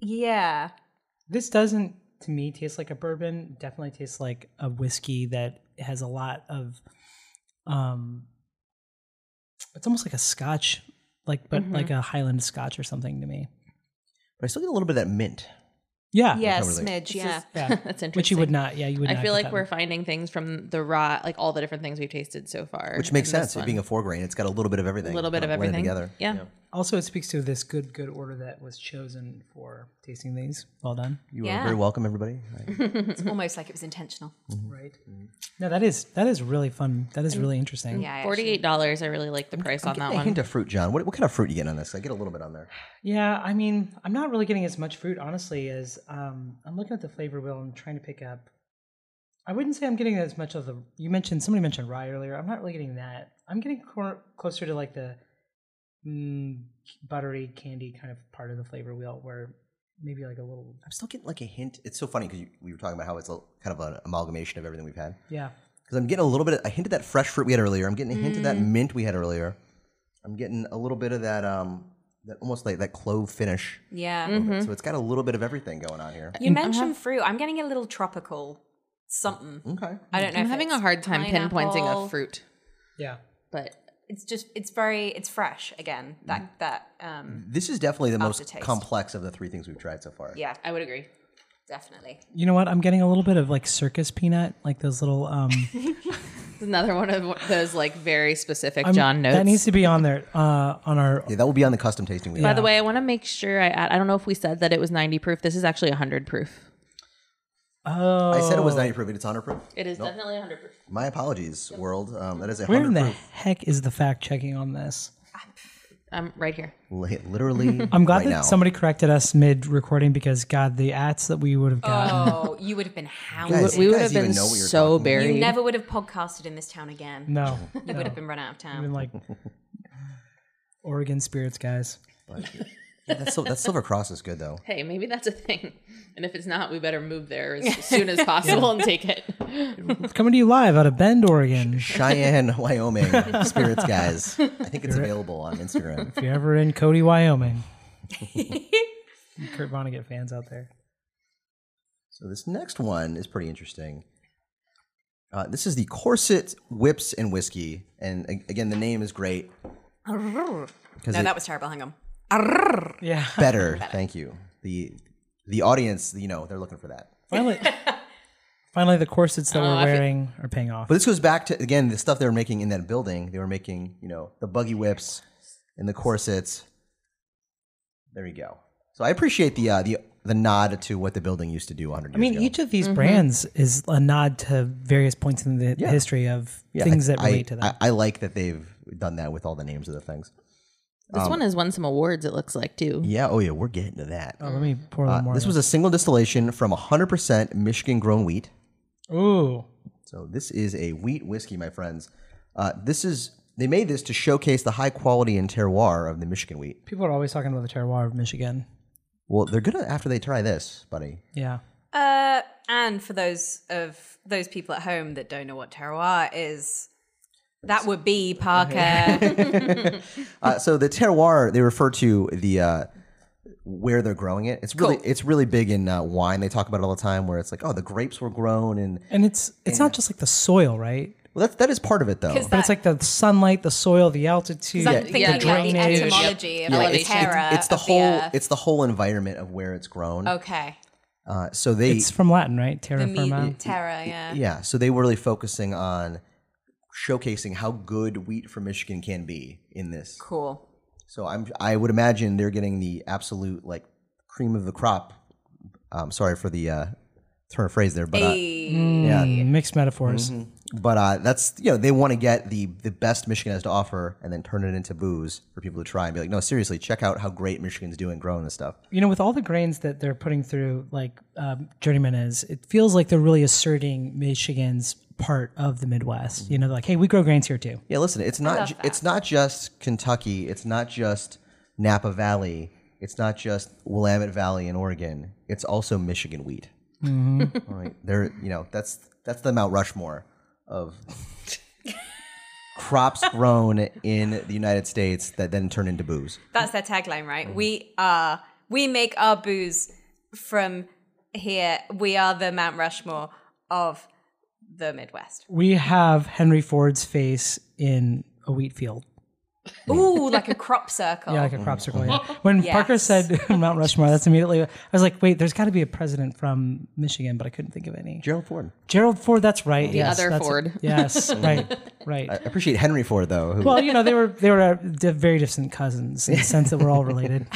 S3: Yeah.
S2: This doesn't, to me, taste like a bourbon. Definitely tastes like a whiskey that has a lot of, um, it's almost like a Scotch, like but like a Highland Scotch or something to me.
S1: But I still get a little bit of that mint.
S2: Yeah,
S3: Yeah,
S1: really.
S3: smidge. Yeah.
S2: yeah.
S4: That's interesting.
S2: Which you would not. Yeah, you would.
S4: I
S2: not
S4: feel
S2: get
S4: like
S2: that.
S4: we're finding things from the raw, like all the different things we've tasted so far,
S1: Which makes
S4: in this
S1: sense. It
S4: one.
S1: being a four grain, it's got a little bit of everything.
S4: a little bit of
S1: kinda
S4: everything
S1: blended together.
S4: Yeah.
S2: Also, it speaks to this good good order that was chosen for tasting these. Well done.
S1: You are
S3: Yeah.
S1: very welcome, everybody. I-
S3: It's almost like it was intentional.
S2: Right. No, that is that is really fun. That is really interesting.
S3: Yeah. I
S4: Forty-eight dollars. I really like the price on that
S1: I
S4: one.
S1: hint of fruit, John. What, what kind of fruit you getting on this? I get a little bit on there.
S2: Yeah, I mean, I'm not really getting as much fruit, honestly, as um, I'm looking at the flavor wheel and trying to pick up. I wouldn't say I'm getting as much of the. You mentioned somebody mentioned rye earlier. I'm not really getting that. I'm getting cor- closer to like the mm, buttery candy kind of part of the flavor wheel, where maybe like a little.
S1: I'm still getting like a hint. It's so funny because we were talking about how it's a, kind of an amalgamation of everything we've had.
S2: Yeah,
S1: Because I'm getting a little bit. Of, I hinted that fresh fruit we had earlier. I'm getting a hint of
S4: Mm.
S1: that mint we had earlier. I'm getting a little bit of that um that almost like that clove finish.
S4: Mm.
S3: Yeah.
S1: over
S4: Mm-hmm.
S1: it. So it's got a little bit of everything going on here.
S3: You mentioned fruit. I'm getting a little tropical something.
S1: Okay.
S3: I don't know.
S4: I'm
S3: if
S4: having
S3: it's
S4: a hard time pinpointing
S3: pineapple.
S4: a fruit,
S2: yeah.
S4: but
S3: It's just, it's very, it's fresh again. That, that, um,
S1: This is definitely the most
S3: Aftertaste.
S1: complex of the three things we've tried so far.
S3: yeah,
S4: I would agree.
S3: definitely.
S2: You know what? I'm getting a little bit of like circus peanut, like those little. um
S4: It's another one of those like very specific
S2: I'm-
S4: John notes.
S2: That needs to be on there uh on our.
S1: Yeah, that will be on the custom tasting wheel.
S4: By the way, I want to make sure I add. I don't know if we said that it was 90 proof. This is actually 100 proof.
S2: Oh,
S1: I said it was 90 proof. It's honor proof.
S4: It is definitely 100 proof.
S1: My apologies, world. Um, that is a
S2: Where in
S1: hundred
S2: the
S1: proof.
S2: heck is the fact checking on this?
S4: I'm right here.
S1: li- Literally,
S2: I'm glad
S1: right
S2: that
S1: now.
S2: somebody corrected us mid recording because God, the ads that we would have gotten.
S3: Oh, you would have been hounded.
S1: Guys,
S4: We
S1: you
S4: would
S1: guys
S4: have been
S1: even know what you're
S4: so
S1: talking about.
S4: buried.
S3: You never would have podcasted in this town again.
S2: No,
S3: You would have been run out of town.
S2: been like Oregon spirits, guys.
S1: Yeah, that's sil- that silver cross is good though.
S4: hey, maybe that's a thing. And if it's not, we better move there as soon as possible and take it.
S2: Coming to you live out of Bend, Oregon. If
S1: Cheyenne, Wyoming, spirits guys. I think it's available on Instagram.
S2: you're ever in Cody, Wyoming, You Kurt Vonnegut fans out there.
S1: So this next one is pretty interesting. Uh, this is the Corset Whips and Whiskey, and a- again, the name is great.
S3: no,
S1: it-
S3: that was terrible. Hang on.
S2: Yeah,
S1: Better, thank you. The the audience, you know, they're looking for that.
S2: finally, Finally, the corsets that
S4: Oh,
S2: we're
S4: I feel-
S2: wearing are paying off.
S1: But this goes back to again the stuff they were making in that building. They were making, you know, the buggy whips and the corsets. There you go. So I appreciate the uh, the the nod to what the building used to do 100 years
S2: I mean,
S1: ago.
S2: each of
S4: Mm-hmm.
S2: these brands is a nod to various points in the
S1: Yeah.
S2: history of
S1: Yeah,
S2: things
S1: I-
S2: that relate
S1: I,
S2: to them.
S1: I, I like that they've done that with all the names of the things.
S4: This one has won some awards. It looks like too.
S1: Yeah. Oh yeah, we're getting to that.
S2: oh, let me pour a
S1: Uh,
S2: little more.
S1: this was a single distillation from 100% Michigan grown wheat.
S2: Uh, ooh,
S1: So this is a wheat whiskey, my friends. Uh, this is they made this to showcase the high quality and terroir of the Michigan wheat.
S2: people are always talking about the terroir of Michigan.
S1: Well, they're gonna after they try this, buddy.
S2: Yeah,
S3: Uh, and for those of those people at home that don't know what terroir is, that would be Parker.
S1: Uh, so the terroir they refer to the uh, where they're growing it. It's really it's really big in uh, wine. They talk about it all the time, where it's like, oh, the grapes were grown, and
S2: and it's it's not just like the soil, right?
S1: well, that's that is part of it though.
S3: Because
S2: But it's like the sunlight, the soil, the altitude,
S3: I'm thinking
S4: yeah,
S3: about the
S4: drainage.
S3: etymology of
S4: Yeah,
S3: like
S4: it's-
S3: terra.
S1: it's the
S3: of
S1: whole
S3: earth.
S1: it's the whole environment of where it's grown.
S3: okay.
S1: Uh, so they
S2: It's from Latin, right?
S3: The
S2: Terra firma.
S3: meat, terra. Yeah.
S1: Yeah, so they were really focusing on showcasing how good wheat from Michigan can be in this.
S3: Cool.
S1: So I'm I would imagine they're getting the absolute like cream of the crop. Um, sorry for the uh, turn of phrase there, but uh,
S3: Hey.
S1: yeah,
S2: Mm, Mixed metaphors.
S1: but uh, that's you know they want to get the the best Michigan has to offer and then turn it into booze for people to try and be like, no, seriously, check out how great Michigan's doing growing this stuff.
S2: You know, with all the grains that they're putting through, like um, Journeyman is, it feels like they're really asserting Michigan's part of the Midwest. You know, like, hey, we grow grains here too.
S1: Yeah, listen, it's not ju- it's not just Kentucky, it's not just Napa Valley, it's not just Willamette Valley in Oregon. It's also Michigan wheat. All right, there, you know that's that's the Mount Rushmore of crops grown in the United States that then turn into booze.
S3: That's their tagline, right?
S2: Mm.
S3: We are. We make our booze from here. We are the Mount Rushmore of the Midwest.
S2: We have Henry Ford's face in a wheat field.
S3: Ooh, like a crop circle.
S2: Yeah, like a crop circle. Yeah. When Parker
S3: Yes.
S2: said Mount Rushmore, that's immediately, I was like, wait, there's got to be a president from Michigan, but I couldn't think of any.
S1: Gerald Ford.
S2: Gerald Ford, that's right. The yes,
S4: other
S2: that's it.
S4: Ford.
S2: Yes, right, right.
S1: I appreciate Henry Ford though, who
S2: well, you know, they were they were uh, di- very distant cousins in the sense that we're all related.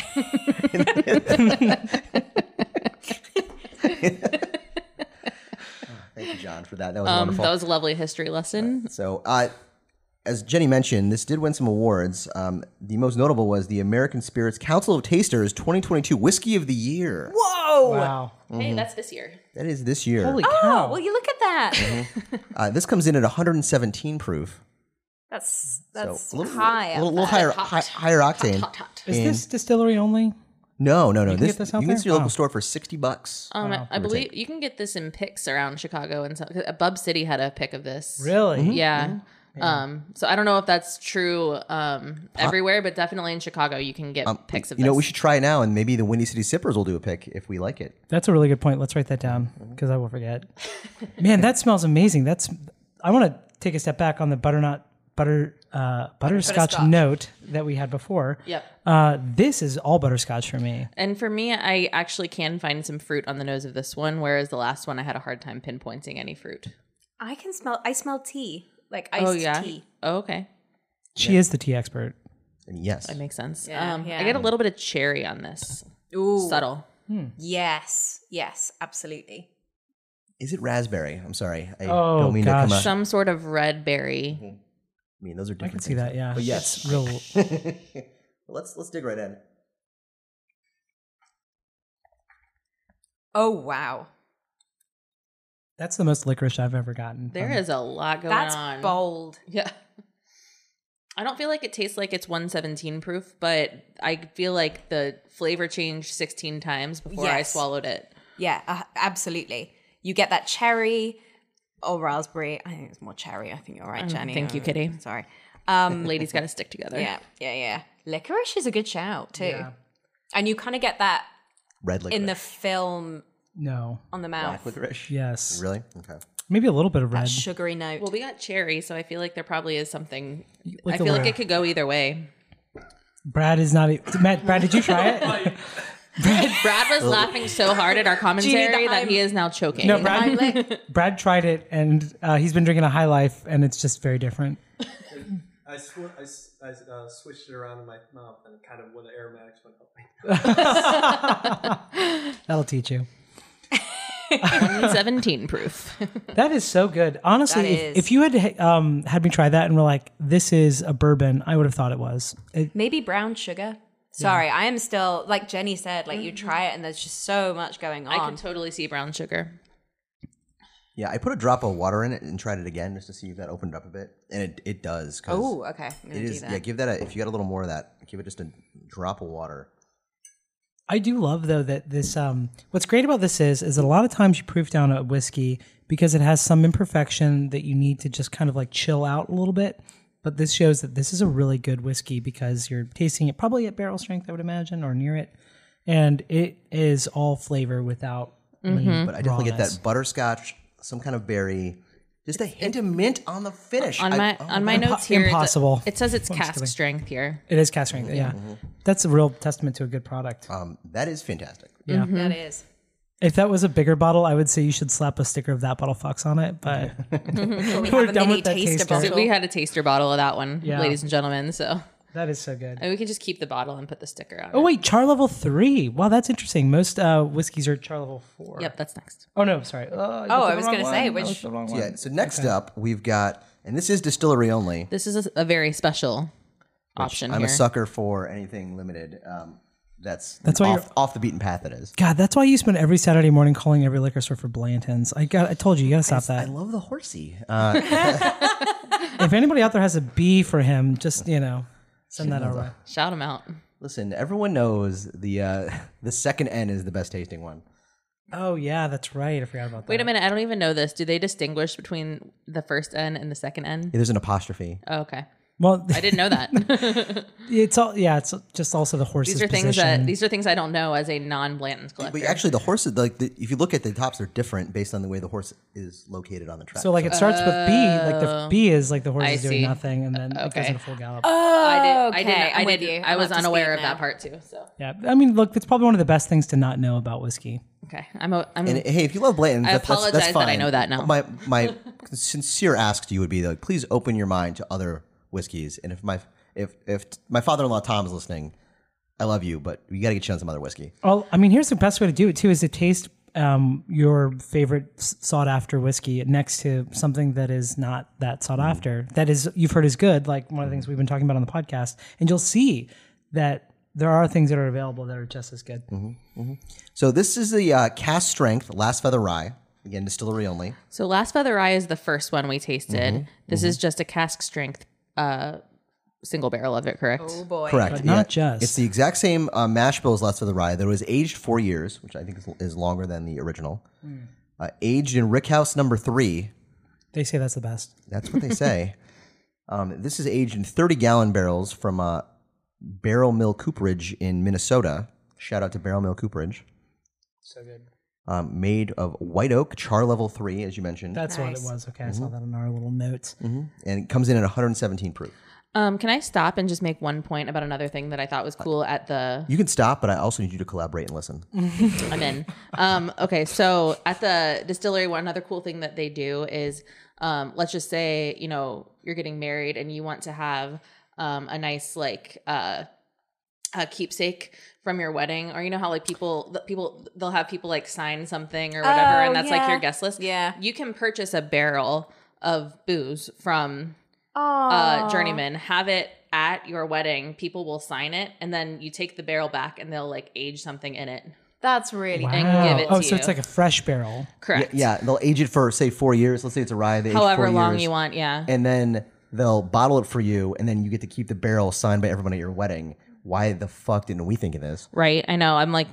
S1: thank you, John, for that. That was
S4: Um,
S1: wonderful.
S4: that was a lovely history lesson.
S1: So, uh, as Jenny mentioned, this did win some awards. Um, the most notable was the American Spirits Council of Tasters 2022 Whiskey of the Year.
S3: Whoa.
S2: Wow.
S4: Hey, that's this year.
S1: That is this year.
S2: Holy
S3: Oh,
S2: cow.
S3: well, you look at that.
S1: Uh, this comes in at 117 proof.
S3: That's that's
S1: a little,
S3: high.
S1: a
S3: up
S1: little, little higher, hi, higher octane.
S4: Hot, hot.
S2: Is this distillery only?
S1: No, no, no.
S2: can
S1: this,
S2: get this
S1: you
S2: out
S1: can
S2: there?
S1: get this at your local
S2: Wow.
S1: store for 60 bucks.
S4: Um, I, I believe you can get this in picks around Chicago and so, 'cause, uh, Bub City had a pick of this.
S2: Really?
S4: Yeah. Um, so I don't know if that's true um, everywhere, but definitely in Chicago Um, you can get picks of
S1: you
S4: this.
S1: know, we should try it now, and maybe the Windy City Sippers will do a pick if we like it.
S2: That's a really good point. Let's write that down because I will forget. Man, that smells amazing. That's I want to take a step back on the butternut butter uh, butterscotch,
S3: Butterscotch.
S2: note that we had before.
S4: Yep.
S2: Uh, this is all butterscotch for me.
S4: And for me, I actually can find some fruit on the nose of this one, whereas the last one I had a hard time pinpointing any fruit.
S3: I can smell. I smell tea, like iced
S4: oh yeah.
S3: tea.
S4: Oh, okay.
S2: She is the tea expert.
S1: And yes.
S4: That makes sense.
S3: Yeah,
S4: um,
S3: yeah.
S4: I get a little bit of cherry on this.
S3: Ooh,
S4: Subtle.
S3: Yes, yes, absolutely.
S1: is it raspberry? I'm sorry. I
S2: Oh,
S1: don't mean to come
S2: gosh.
S1: up.
S4: Some sort of red berry.
S1: I mean, those are
S2: I
S1: different
S2: can see
S1: things.
S2: that. Yeah.
S1: But yes.
S2: It's real.
S1: let's, let's dig right in.
S3: Oh wow,
S2: That's the most licorice I've ever gotten.
S4: There is a lot going
S3: that's
S4: on.
S3: bold.
S4: Yeah. I don't feel like it tastes like it's 117 proof, but I feel like the flavor changed 16 times before I
S3: Yes.
S4: swallowed it.
S3: Yeah, uh, absolutely. You get that cherry or raspberry. I think it's more cherry. I think you're right, Jenny.
S4: thank you,
S3: Um,
S4: Kitty.
S3: Sorry. Um,
S4: Ladies got to stick together.
S3: yeah, yeah, yeah. Licorice is a good shout too,
S2: Yeah.
S3: and you kind of get that
S1: Red licorice.
S3: in the film
S2: No.
S3: on the mouth.
S1: Black licorice.
S2: Yes.
S1: Really? Okay.
S2: Maybe a little bit of
S3: That
S2: red.
S3: sugary note.
S4: Well, we got cherry, so I feel like there probably is something.
S2: Like
S4: I
S2: the
S4: feel
S2: red.
S4: like it could go either way.
S2: Brad is not. e- Matt, Brad, did you try it?
S4: Brad was laughing so hard at our commentary
S3: Genie, the
S4: that he is now choking.
S2: No,
S3: I
S2: Brad,
S3: like-
S2: Brad tried it and uh, he's been drinking a high life and it's just very different.
S5: I, sw- I, s- I s- uh, switched it around in my mouth and it kind of when the aromatics went up.
S2: That'll teach you.
S4: 17 proof.
S2: That is so good. Honestly,
S3: That
S2: if,
S3: is.
S2: if you had um, had me try that and were like, this is a bourbon, I would have thought it was. It,
S3: Maybe brown sugar. Sorry, I am still like Jenny said. Like you try it, and there's just so much going
S4: I can
S3: on.
S4: totally see brown sugar.
S1: Yeah, I put a drop of water in it and tried it again just to see if that opened up a bit, and it, it does. 'cause
S3: Oh, okay. I'm gonna
S1: it
S3: do
S1: is.
S3: that.
S1: Yeah, give that a, if you got a little more of that, give it just a drop of water.
S2: I do love though that this. Um, what's great about this is is that a lot of times you proof down a whiskey because it has some imperfection that you need to just kind of like chill out a little bit. But this shows that this is a really good whiskey because you're tasting it probably at barrel strength, I would imagine, or near it, and it is all flavor without.
S3: Mm-hmm.
S2: any
S1: But I definitely get
S2: rawness.
S1: that butterscotch, some kind of berry, just a hint of mint on the finish.
S4: On
S1: I-
S4: my
S1: oh,
S3: uh,
S4: on my
S2: Impo-
S4: notes here, it-
S2: impossible.
S4: It, says it's cask strength here.
S2: It is cast strength. Yeah, that's a real testament to a good product.
S1: um, that is fantastic.
S3: That is.
S2: If that was a bigger bottle, I would say you should slap a sticker of that bottle fucks on it. But
S3: We
S2: We're
S3: have a
S2: done
S3: mini
S2: with that
S3: taster
S2: taster.
S3: bottle.
S4: So we had a taster bottle of that one,
S2: Yeah.
S4: ladies and gentlemen. So
S2: that is so good.
S4: and we can just keep the bottle and put the sticker on.
S2: Oh
S4: it.
S2: wait, char level three. Wow, that's interesting. Most uh, whiskeys are char level four.
S4: Yep, that's next.
S2: Oh no, sorry. Uh,
S3: oh, I was gonna say which.
S1: Yeah. So next up, we've got, and this is distillery only.
S4: This is a, a very special option
S1: I'm
S4: here.
S1: a sucker for anything limited. Um, that's
S2: That's why
S1: off,
S2: you're-
S1: off the beaten path. It is.
S2: God, that's why you spend every Saturday morning calling every liquor store for Blanton's. I got. I told you, you gotta stop
S1: I
S2: that.
S1: love the horsey. Uh,
S2: if anybody out there has a B for him, just you know, send that our way.
S4: Shout him out.
S1: listen, everyone knows the uh, the second N is the best tasting one.
S2: Oh yeah, that's right. I forgot about that.
S4: Wait a minute, I don't even know this. Do they distinguish between the first N and the second N?
S1: Yeah, there's an apostrophe.
S4: Oh, okay,
S2: Well,
S4: I didn't know that.
S2: it's all yeah. It's just also the horse's
S4: these are things
S2: position.
S4: that these are things I don't know as a non Blanton's collector.
S1: But actually, the horses, like the, if you look at the tops, they're different based on the way the horse is located on the track.
S2: so like it starts with B. Like the B is like the horse
S4: Oh. I
S2: is doing
S4: see. Uh,
S2: nothing, and then it goes
S4: Okay.
S2: into full gallop.
S4: I did. I
S3: okay,
S4: didn't. I
S3: I'm with
S4: did.
S3: you.
S4: I
S3: I'm up
S4: was
S3: to
S4: unaware
S3: speed
S4: of
S3: now.
S4: that part too. So
S2: Yeah, I mean, look, it's probably one of the best things to not know about whiskey.
S4: okay, I'm. A, I'm
S1: and hey, if you love Blanton,
S4: I
S1: that- that's, that's
S4: apologize that I
S1: fine.
S4: know that now.
S1: My my sincere ask to you would be like, please open your mind to other whiskeys. And if my if if my father-in-law Tom is listening, I love you, but you got to get you on some other whiskey.
S2: Well, I mean, here's the best way to do it too: is to taste um, your favorite sought after whiskey next to something that is not that sought after.
S1: Mm-hmm.
S2: That is you've heard is good, like one of the things we've been talking about on the podcast, and you'll see that there are things that are available that are just as good.
S1: Mm-hmm. So this is the uh, cast strength last feather rye. Again, distillery only.
S4: so last feather eye is the first one we tasted.
S1: Mm-hmm.
S4: This is just a cask strength uh, single barrel of it. Correct.
S3: Oh boy.
S1: Correct.
S2: But not just.
S1: It's the exact same uh, mash bill as Last for the Rye. That was aged four years, which I think is, is longer than the original.
S2: Hmm.
S1: Uh, aged in Rickhouse number three.
S2: They say that's the best.
S1: That's what they say. um, this is aged in 30 gallon barrels from uh, Barrel Mill Cooperage in Minnesota. Shout out to Barrel Mill Cooperage.
S2: So good.
S1: Um, made of white oak, char level three, as you mentioned.
S2: That's what it
S3: Nice.
S2: was. Okay, I
S1: Mm-hmm.
S2: saw that in our little notes.
S1: and it comes in at 117 proof.
S4: Um, can I stop and just make one point about another thing that I thought was cool at the
S1: You can stop, but I also need you to collaborate and listen.
S4: I'm in. Um, okay, so at the distillery, one another cool thing that they do is, um, let's just say you know you're getting married and you want to have um, a nice like uh, a keepsake from your wedding, or you know how like people the people they'll have people like sign something or whatever,
S3: Oh,
S4: and that's like
S3: yeah.
S4: your guest list.
S3: Yeah.
S4: you can purchase a barrel of booze from
S3: Oh,
S4: uh, journeyman have it at your wedding people will sign it and then you take the barrel back and they'll like age something in it
S3: that's really
S4: And
S2: Wow.
S4: give it
S2: oh,
S4: to
S2: so
S4: you.
S2: it's like a fresh barrel.
S4: correct
S1: Yeah, they'll age it for, say, four years. Let's say it's a rye. They age
S4: however
S1: four
S4: long
S1: years.
S4: you want yeah
S1: and then they'll bottle it for you, and then you get to keep the barrel signed by everyone at your wedding. Why the fuck didn't we think of this?
S4: right i know i'm like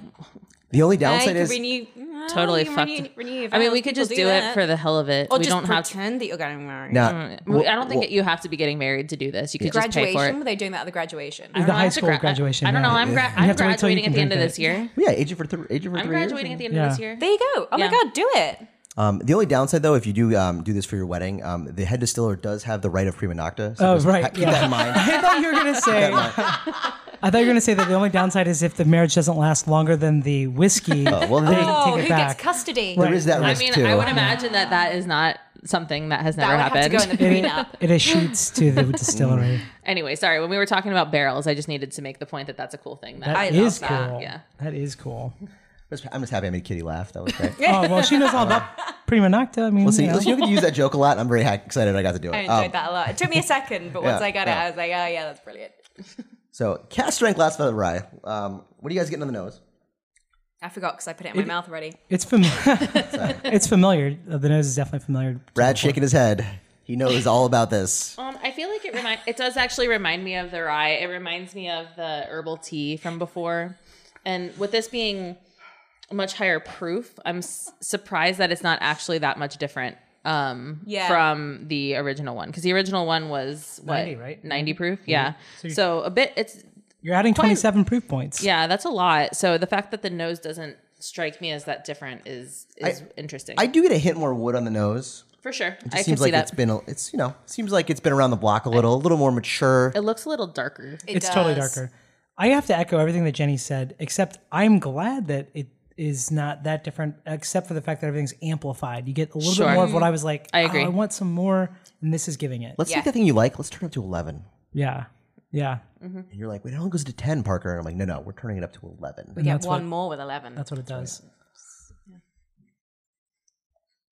S1: The only
S3: Yeah, you
S1: downside
S3: could
S1: is
S3: renew,
S4: totally
S3: well, you
S4: fucked
S3: renew- renew your
S4: Mm-hmm. i mean
S3: vows.
S4: we could
S3: People
S4: just do, it
S3: that.
S4: for the hell of it
S3: Or
S4: we
S3: just
S4: don't have
S3: pretend that you're getting married.
S1: now.
S4: we- Mm, i don't think that you have to be getting married to do this you could just pay for it
S3: graduation. Were they doing that at the graduation?
S4: I don't
S2: The
S4: know, I
S2: high
S4: have to
S2: school
S4: gra- I-
S2: graduation,
S4: I, don't
S2: yeah.
S4: know. I'm, gra- I'm
S2: have to wait till you
S4: graduating
S2: can
S4: at the end of
S2: drink
S4: this year.
S1: yeah, age it for th- age it for
S4: I'm
S1: three
S4: graduating
S1: years.
S4: at the end of this year.
S3: There you go. Oh
S4: Yeah.
S3: my god, do it.
S1: Um, the only downside, though, if you do um, do this for your wedding, um, the head distiller does have the right of prima nocta. So
S2: Oh,
S1: just
S2: right,
S1: ha- keep
S2: yeah.
S1: that in mind.
S2: I thought you were gonna say. I thought you were going to say that the only downside is if the marriage doesn't last longer than the whiskey.
S1: Oh, well,
S2: they
S1: then-
S2: can
S3: Oh,
S2: take
S3: who
S2: it
S3: gets
S2: back.
S3: custody?
S1: There is that
S4: I
S1: risk
S4: mean,
S1: too.
S4: I would imagine that that is not something that has
S3: That
S4: never
S3: would have to
S4: happened.
S3: go in the
S2: it,
S3: prenup.
S2: it escheats to the
S4: Mm.
S2: distillery.
S4: anyway, sorry. When we were talking about barrels, I just needed to make the point that that's a cool thing. That
S2: That
S3: love
S2: is
S4: that,
S2: cool.
S4: yeah.
S2: That is cool.
S1: I'm just happy I made Kitty laugh. That was great.
S2: Oh well, she knows all about prima nocta. I mean,
S1: Let's see.
S2: you know.
S1: Listen, you could use that joke a lot. I'm very ha- excited I got to do it.
S3: I enjoyed
S1: Um,
S3: that a lot. It took me a second, but once
S1: yeah,
S3: I got it,
S1: yeah.
S3: I was like, oh yeah, that's brilliant.
S1: So, cast strength, last feather rye. Um, what are you guys getting on the nose?
S3: I forgot because I put it in my mouth already.
S2: it's familiar. it's familiar. Uh, The nose is definitely familiar.
S1: Brad shaking his head. He knows all about this.
S4: Um, I feel like it remind it does actually remind me of the rye. It reminds me of the herbal tea from before, and with this being much higher proof, I'm s- surprised that it's not actually that much different um,
S3: Yeah.
S4: from the original one because the original one was what
S2: 90, right?
S4: ninety proof,
S1: Mm-hmm.
S4: yeah. So,
S2: you're-
S4: a bit it's
S2: You're adding 27 proof points.
S4: yeah, that's a lot. So the fact that the nose doesn't strike me as that different is is interesting
S1: I do get a hint more wood on the nose.
S4: for sure.
S1: It
S4: I
S1: just
S4: can
S1: seems
S4: see
S1: like
S4: that.
S1: it's been a, it's you know seems like it's been around the block a little, a little more mature.
S4: it looks a little darker.
S3: It
S2: it's totally
S3: does.
S2: darker. I have to echo everything that Jenny said, except I'm glad that it is not that different, except for the fact that everything's amplified. You get a little
S4: Sure.
S2: bit more of what I was like.
S4: I
S2: "Oh,
S4: agree.
S2: I want some more, and this is giving it.
S1: Let's
S3: Yeah.
S1: take that thing you like. Let's turn it up to eleven.
S2: yeah, yeah.
S1: And you're like, wait, it only goes to ten, Parker. And I'm like, no, no, we're turning it up to eleven.
S3: We get one more with eleven.
S2: That's what it does.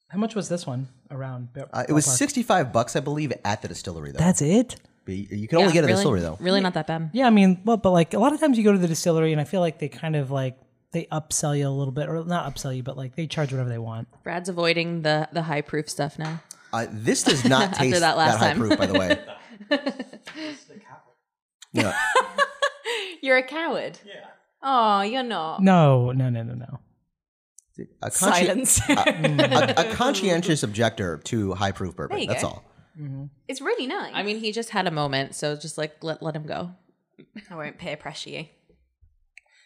S2: How much was this one around?
S1: Uh, it was
S2: Ballpark.
S1: sixty-five bucks, I believe, at the distillery though.
S2: That's it.
S1: But you, you can only get it at the
S4: really,
S1: distillery though.
S4: Really not that bad.
S2: Yeah, I mean, well, but like a lot of times you go to the distillery, and I feel like they kind of like they upsell you a little bit, or not upsell you, but like they charge whatever they want.
S4: Brad's avoiding the the high proof stuff now.
S1: Uh, this does not taste
S4: that
S1: that,
S4: last
S1: high
S4: time.
S1: proof, by the way. yeah.
S3: You're a coward. Yeah. Oh, you're
S2: Uh,
S3: not.
S2: No, no, no, no, no.
S1: A consci-
S3: Silence.
S2: Uh,
S1: a, a conscientious objector to high proof bourbon.
S3: There you
S1: That's
S3: go.
S1: all.
S3: it's really nice.
S4: I mean, he just had a moment, so just like let let him go.
S3: I won't peer pressure you.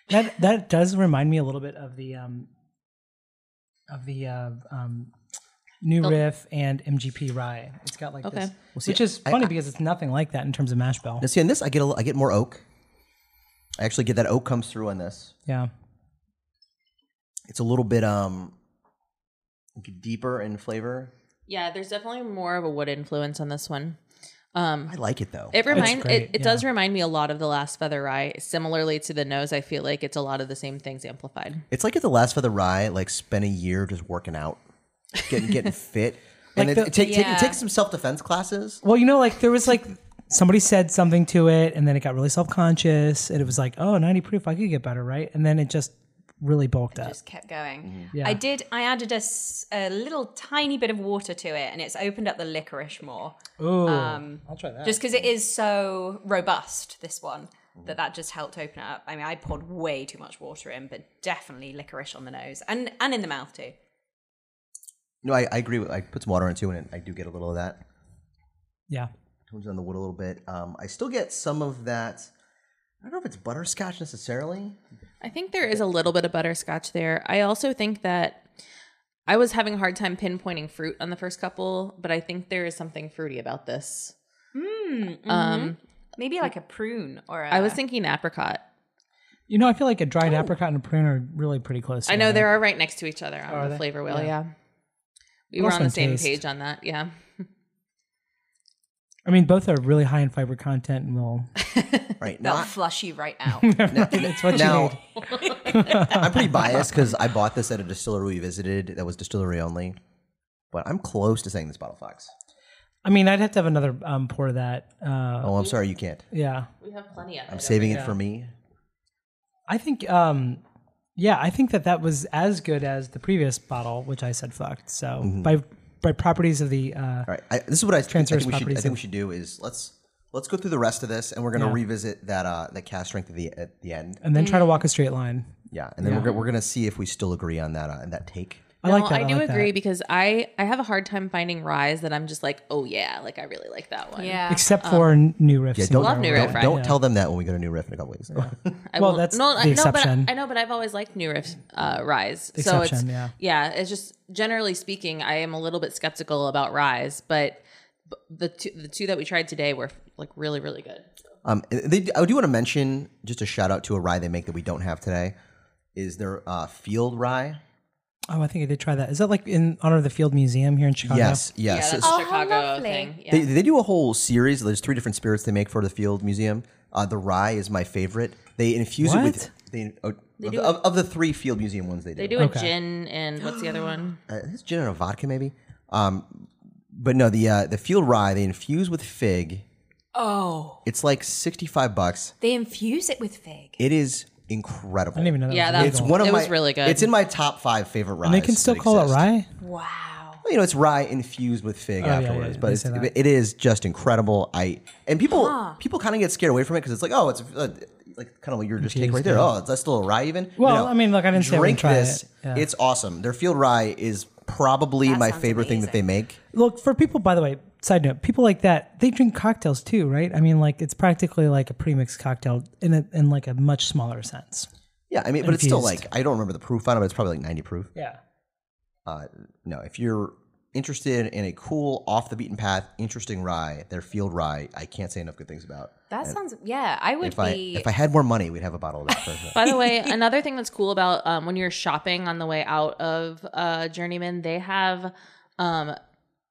S2: That that does remind me a little bit of the um of the uh, um new riff and MGP rye. It's got like this,
S4: Okay.
S2: which is funny because it's nothing like that in terms of mash bill.
S1: Now, see, on this, I get a, li- I get more oak. I actually get that oak comes through on this.
S2: Yeah,
S1: It's a little bit um deeper in flavor.
S4: Yeah, there's definitely more of a wood influence on this one. Um,
S1: I like it though.
S4: it reminds
S2: great,
S4: it, it does remind me a lot of the last feather rye. Similarly to the nose, I feel like it's a lot of the same things amplified.
S1: it's like if the last feather rye like spent a year just working out, getting getting fit, and
S2: Like
S1: then
S2: the-
S1: take, take-
S3: Yeah.
S1: take some self defense classes.
S2: Well, you know, like there was like somebody said something to it, and then it got really self conscious, and it was like, oh, 90 proof, I could get better, right? And then it just really bulked up.
S3: Just kept going.
S2: Mm-hmm. Yeah.
S3: I did. I added a, s- a little tiny bit of water to it, and it's opened up the licorice more.
S2: Ooh,
S4: um,
S2: I'll try that.
S3: Just because it is so robust, this one
S2: Mm.
S3: that that just helped open it up. I mean, I poured way too much water in, but definitely licorice on the nose and and in the mouth too.
S1: No, I, I agree with. I put some water on it too, and I do get a little of that.
S2: yeah,
S1: Tones down the wood a little bit. Um, I still get some of that. I don't know if it's butterscotch necessarily.
S4: I think there is a little bit of butterscotch there. I also think that I was having a hard time pinpointing fruit on the first couple, but I think there is something fruity about this. Um,
S3: Maybe like a prune or a,
S4: I was thinking apricot.
S2: you know, I feel like a dried apricot and a prune are really pretty close.
S4: I know
S2: together.
S4: they are right next to each other on the flavor wheel. Yeah. We were
S2: Also
S4: on the
S2: in
S4: same
S2: taste.
S4: page on that. Yeah.
S2: I mean, both are really high in fiber content, and will
S1: Right
S3: that'll
S1: now,
S3: flush you right out.
S2: it's what you
S1: now
S2: need.
S1: I'm pretty biased because I bought this at a distillery we visited that was distillery only, but I'm close to saying this bottle fox.
S2: I mean, I'd have to have another um, pour of that. Uh,
S1: Oh, I'm sorry, you can't.
S2: Yeah,
S4: We have plenty of
S1: I'm saving it for me.
S2: I think. Um, yeah, I think that that was as good as the previous bottle, which I said fucked. So by by properties of the uh,
S1: All right, I, this is what I, think- I
S2: Transverse
S1: think. We should, I
S2: properties
S1: think
S2: of-
S1: we should do is let's let's go through the rest of this, and we're gonna
S2: Yeah. Uh,
S1: revisit that uh that cast strength at the at the end.
S2: and then
S4: Mm.
S2: try to walk a straight line.
S1: Yeah, and then we're gonna, we're gonna see if we still agree on that uh, that take.
S2: I like that.
S4: I do
S2: like that.
S4: agree because I I have a hard time finding ryes that I'm just like, oh yeah, like I really like that one.
S3: yeah,
S2: except for n- new riffs.
S1: don't
S4: Um, Love New
S1: don't,
S4: Riff, right?
S1: don't tell them that when we go to New Riff in a couple weeks.
S4: I
S2: Well,
S4: will-
S2: that's
S4: no,
S2: the
S4: I, no,
S2: exception.
S4: But I, I know, but I've always liked New Riff uh, Rise. so it's
S2: Exception, yeah.
S4: It's just generally speaking, I am a little bit skeptical about Rise, but b- the two, the two that we tried today were like really really good.
S1: Um, they, I do want to mention just a shout out to a rye they make that we don't have today. Is their uh, field rye?
S2: Oh, I think I did try that. Is that like in honor of the Field Museum here in Chicago?
S1: Yes,
S4: Yeah,
S1: yes.
S4: that's
S1: So-
S3: Oh,
S4: a
S3: how
S4: Chicago
S3: lovely.
S4: thing. Yeah.
S1: They, they do a whole series. There's three different spirits they make for the Field Museum. Uh, the rye is my favorite. They infuse it with
S2: What?
S1: they, oh, of,
S4: do
S1: of, of the three Field Museum ones they do.
S4: They do
S2: Okay.
S4: a gin and what's the other one?
S1: uh, is gin or vodka maybe. Um, but no, the uh, the field rye they infuse with fig.
S3: Oh,
S1: It's like sixty five bucks.
S3: they infuse it with fig.
S1: It is incredible.
S2: I didn't even know that.
S4: Yeah,
S2: was
S4: that's-
S1: It's
S2: legal.
S1: one of
S4: It
S1: my
S4: was really good.
S1: It's in my top five favorite ryes.
S2: And they can still
S1: that
S2: call it
S1: exist.
S2: rye.
S3: Wow.
S1: Well, You know, it's rye infused with fig
S2: Oh, yeah,
S1: afterwards,
S2: yeah,
S1: but
S2: they
S1: it's,
S2: say that.
S1: it is just incredible. I and people people kind of get scared away from it because it's like, oh, it's uh, like kind of what you're just taking right there. Oh, that's still a rye even.
S2: Well,
S1: No, no.
S2: I mean, look, I didn't say I
S1: drink
S2: wouldn't try
S1: this.
S2: it. Yeah.
S1: It's awesome. Their field rye is probably
S3: That
S1: my
S3: sounds
S1: favorite thing that they
S3: amazing.
S1: make.
S2: Look, for people, by the way, side note, people like that, they drink cocktails too, right? I mean, like it's practically like a premixed cocktail in a, in like a much smaller sense.
S1: Yeah, I mean, but it's still
S2: Infused.
S1: like I don't remember the proof on it, but it's probably like ninety proof.
S2: Yeah.
S1: Uh, no, if you're interested in a cool, off the beaten path, interesting rye, their field rye, I can't say enough good things about.
S3: That sounds yeah. I would
S1: If I
S3: be.
S1: if I had more money, we'd have a bottle of that. For sure.
S4: By the way, another thing that's cool about um, when you're shopping on the way out of uh, Journeyman, they have um,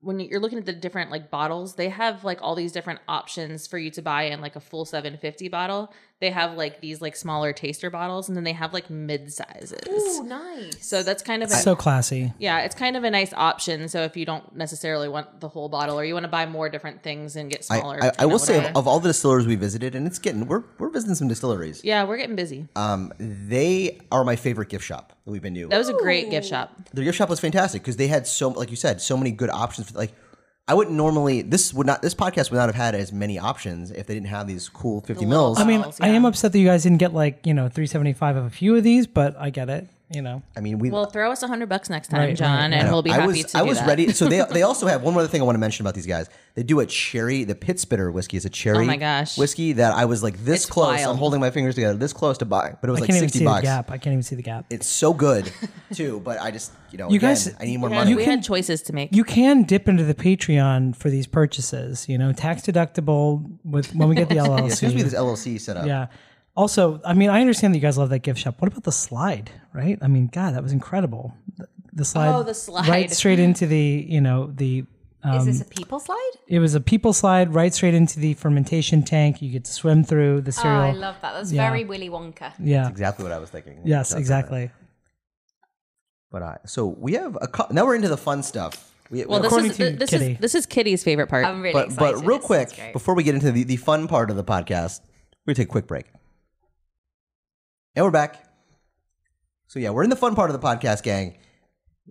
S4: when you're looking at the different like bottles, they have like all these different options for you to buy in like a full 750 bottle. They have like these like smaller taster bottles, and then they have like mid sizes.
S3: Ooh, Oh, nice.
S4: So that's kind of a,
S2: So classy.
S4: yeah, it's kind of a nice option. So if you don't necessarily want the whole bottle, or you want to buy more different things and get
S1: I,
S4: smaller,
S1: I, I
S4: you know,
S1: will say, of,
S4: whatever.
S1: of all the distillers we visited, and it's getting we're we're visiting some distilleries.
S4: yeah, we're getting busy.
S1: Um, they are my favorite gift shop that we've been to.
S4: that was a great gift shop.
S1: Their gift shop was fantastic because they had so like you said so many good options. For, like I wouldn't normally this would not this podcast would not have had as many options if they didn't have these cool fifty mils.
S2: I mean,
S4: bottles,
S2: I am
S4: yeah.
S2: upset that you guys didn't get like, you know, 375 of a few of these, but I get it, you know.
S1: I mean, we
S4: Well, throw us a hundred bucks next time,
S2: Right,
S4: John,
S2: right,
S4: and we'll be happy
S1: I was,
S4: to.
S1: I
S4: do
S1: was
S4: that.
S1: ready. So they they also have one more thing I want to mention about these guys. They do a cherry. The pit spitter whiskey is a cherry.
S4: Oh my gosh.
S1: whiskey that I was like this
S4: It's
S1: close. I'm
S4: wild.
S1: holding my fingers together, this close to buy, but it was
S2: I
S1: like
S2: can't even
S1: sixty
S2: see
S1: bucks.
S2: the gap. I can't even see the gap.
S1: It's so good too, but I just you know
S2: You
S1: again,
S2: guys-
S1: I need more
S4: Yeah,
S1: money.
S4: we had choices to make.
S2: you can dip into the Patreon for these purchases, you know, tax deductible with when we get the LLC.
S1: Yeah, Excuse me, this LLC set up.
S2: Yeah. Also, I mean, I understand that you guys love that gift shop. What about the slide, right? I mean, God, that was incredible. The- The slide.
S4: Oh, the slide.
S2: Right straight into the, you know, the.
S4: Um,
S3: is this a people slide? Oh,
S2: It was a people slide right straight into the fermentation tank. You get to swim through the
S3: Oh,
S2: cereal.
S3: I love that. That's very Willy Wonka.
S2: yeah.
S1: exactly what I was thinking.
S2: Yes,
S1: That's right.
S2: exactly.
S1: But I so we have a cou- now we're into the fun stuff. We,
S4: well, this
S2: According
S4: is
S2: to
S4: th- this
S2: Kitty.
S4: is this is Kitty's favorite part.
S3: I'm really
S1: but
S3: excited.
S1: but real
S3: This sounds
S1: quick
S3: great.
S1: before we get into the, the fun part of the podcast, we take a quick break, and we're back. So yeah, we're in the fun part of the podcast, gang.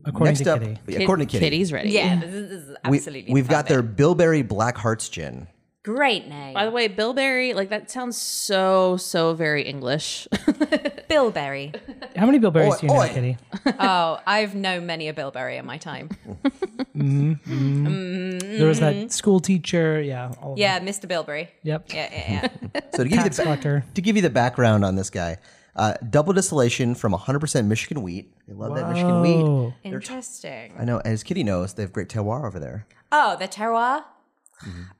S2: According
S1: Next
S2: to
S1: up,
S2: Kitty.
S1: yeah, according to Kitty,
S4: Kitty's ready.
S3: yeah, this is, this is
S1: we,
S3: absolutely.
S1: we've got their
S3: perfect.
S1: Bilberry Black Hearts Gin.
S3: great name.
S4: By the way, Bilberry, like that sounds so so very English.
S3: Bilberry.
S2: How many bilberries
S1: Oi,
S2: do you know,
S1: oi.
S2: Kitty?
S3: oh, I've known many a Bilberry in my time.
S2: There was that school teacher. Yeah. All of
S3: Mm-hmm. Yeah, Mr. Bilberry.
S2: them. Yep.
S3: Yeah, yeah, yeah.
S1: So to give you
S2: Tax
S1: the,
S2: collector.
S1: to give you the background on this guy, uh, double distillation from 100% Michigan wheat. They love that Michigan wheat.
S2: Oh.
S3: Interesting.
S1: I know, as Kitty knows, they have great terroir over there.
S3: Oh, the terroir.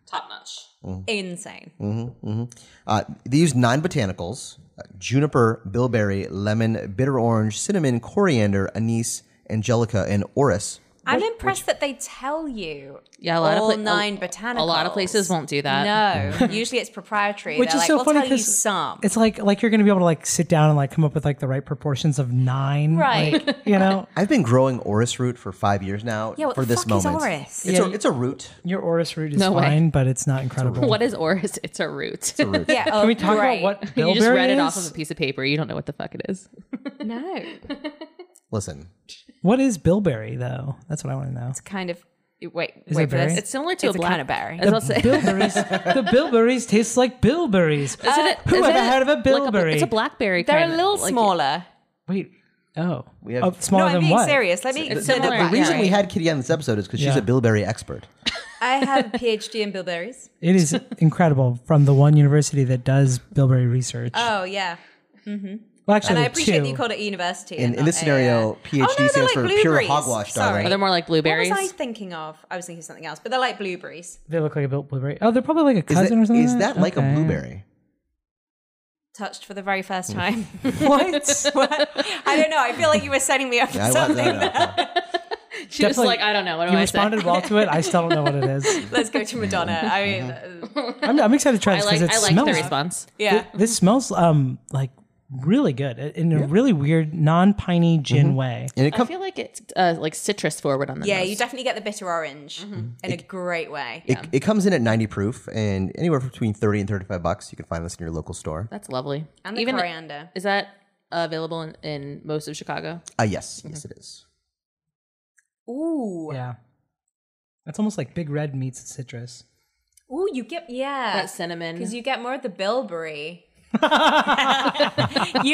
S4: Top notch.
S3: Insane.
S1: Uh, they use nine botanicals uh, juniper, bilberry, lemon, bitter orange, cinnamon, coriander, anise, angelica, and orris.
S3: I'm impressed that they tell you.
S4: Yeah, a lot of
S3: all
S4: pla- a-
S3: nine
S4: A
S3: botanicals.
S4: lot of places won't do that.
S3: No, usually it's proprietary.
S2: Which
S3: They're
S2: is
S3: like,
S2: so
S3: we'll
S2: funny
S3: tell you
S2: 'cause
S3: some.
S2: It's like like you're gonna be able to like sit down and like come up with like the right proportions of nine,
S3: Right.
S2: like, you know,
S1: I've been growing orris root for five years now
S3: Yeah, what
S1: for
S3: the
S1: this
S3: fuck is
S1: moment.
S3: orris?
S1: It's, a,
S2: Yeah.
S1: it's a root.
S2: your orris root is
S4: No way.
S2: fine, but it's not incredible.
S4: What is Oris? It's a root.
S3: Yeah. oh,
S2: Can we talk
S3: great.
S2: about what
S4: you
S2: bilberry
S4: just read
S2: is?
S4: it off of a piece of paper. You don't know what the fuck it is.
S3: No,
S1: Listen,
S2: What is bilberry though? That's what I want to know.
S3: it's kind of. Wait,
S2: Is
S3: wait
S2: it
S3: for
S2: berry?
S3: this.
S4: It's similar to
S3: It's
S4: a
S3: a
S4: black
S3: kind of berry.
S4: I was about to say.
S2: Bilberries, the bilberries taste like bilberries.
S4: Isn't it-
S2: Who
S4: isn't
S2: ever
S4: it
S2: heard of a
S4: like bl-
S2: bilberry?
S4: it's a blackberry.
S3: They're a
S4: kinda,
S3: little
S4: like-
S3: smaller.
S2: Wait, oh, we
S1: have-
S2: oh,
S3: No,
S2: smaller
S3: I'm
S2: than
S3: being
S2: what?
S3: serious. Let me.
S4: It's
S3: the- the-
S4: similar.
S1: the
S4: Yeah,
S1: reason we
S4: right.
S1: had Kitty on this episode is because she's
S2: Yeah.
S1: a bilberry expert.
S3: I have a PhD in bilberries.
S2: It is incredible from the one university that does bilberry research.
S3: Oh yeah.
S2: Well, actually,
S3: Oh. and I
S2: there are
S3: appreciate
S2: two.
S3: that you called it a university.
S1: In,
S3: and
S1: in this
S3: not a,
S1: scenario,
S3: uh,
S1: PhD
S3: oh, no, they're
S1: stands
S3: like
S1: for pure
S3: blueberries.
S1: hogwash,
S3: Sorry.
S1: darling.
S4: Are they more like
S3: What was
S4: blueberries?
S3: I thinking of? I was thinking something else, but they're like blueberries.
S2: They look like a blueberry. Oh, they're probably like a
S1: Is that,
S2: cousin or something.
S1: is that like
S2: Okay.
S1: a blueberry?
S3: Touched for the very
S1: Mm.
S3: first time.
S2: What?
S3: What? I don't know. I feel like you were setting me up for
S1: Yeah, I uh, want
S3: something.
S1: that.
S4: She was
S2: Definitely-
S4: like, I don't know. What do
S2: you
S4: I
S2: responded
S4: say?
S2: well to it. I still don't know what it is.
S3: Let's go to Madonna. I mean, uh,
S2: I'm, I'm excited to try
S4: I
S2: this
S4: like
S2: because it
S4: I like
S2: smells.
S4: the response.
S3: yeah.
S2: Th- this smells um like really good i- in a really weird non-piney gin
S4: Mm-hmm.
S2: way.
S1: And it
S4: I
S1: comes.
S4: feel like it's uh, like citrus forward on the
S3: Yeah,
S4: nose.
S3: you definitely get the bitter orange in a great way.
S1: It, it comes in at 90 proof and anywhere between 30 and 35 bucks. You can find this in your local store.
S4: That's lovely.
S3: And the coriander.
S4: is that uh, available in, in most of Chicago?
S1: Uh, yes, yes, it is.
S3: Ooh.
S2: Yeah, that's almost like Big Red meets citrus.
S3: Ooh, you get, yeah.
S4: That cinnamon.
S3: Because Uh, you get more of the bilberry. you